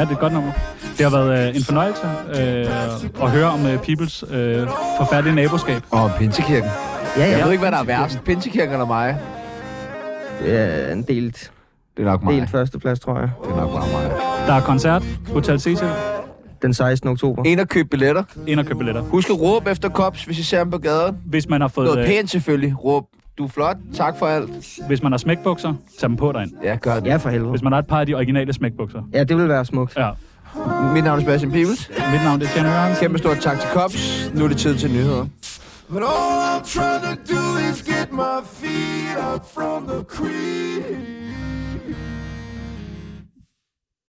Speaker 3: det er et godt nummer. Det har været øh, en fornøjelse øh, at høre om øh, Peoples øh, forfærdelige naboskab.
Speaker 1: Og Pinsekirken.
Speaker 2: Ja,
Speaker 1: Jeg
Speaker 2: ja.
Speaker 1: ved ikke, hvad der er værst. Pinsekirken eller mig?
Speaker 2: Det er en delt,
Speaker 1: Det er nok mig.
Speaker 2: delt førsteplads, tror jeg.
Speaker 1: Det er nok bare mig.
Speaker 3: Der er koncert, Hotel Cecil,
Speaker 2: Den 16. oktober.
Speaker 1: Ind og køb billetter.
Speaker 3: ind og køb billetter.
Speaker 1: Husk at råbe efter kops, hvis I ser ham på gaden.
Speaker 3: Hvis man har fået,
Speaker 1: Noget
Speaker 3: øh,
Speaker 1: pænt selvfølgelig. Råb, du er flot. Tak for alt.
Speaker 3: hvis man har smækbukser, tag dem på derind.
Speaker 1: Ja, gør det.
Speaker 2: Ja, for helvede.
Speaker 3: Hvis man har et par af de originale smækbukser.
Speaker 2: Ja, det vil være smukt.
Speaker 3: Ja,
Speaker 1: Mit navn er Sebastian Pibels.
Speaker 3: mit navn det er Tjerno Jørgensen.
Speaker 1: Kæmpe stort tak til Kops. Nu er det tid til nyheder.
Speaker 6: But all I'm trying to do is get my feet up from the creek.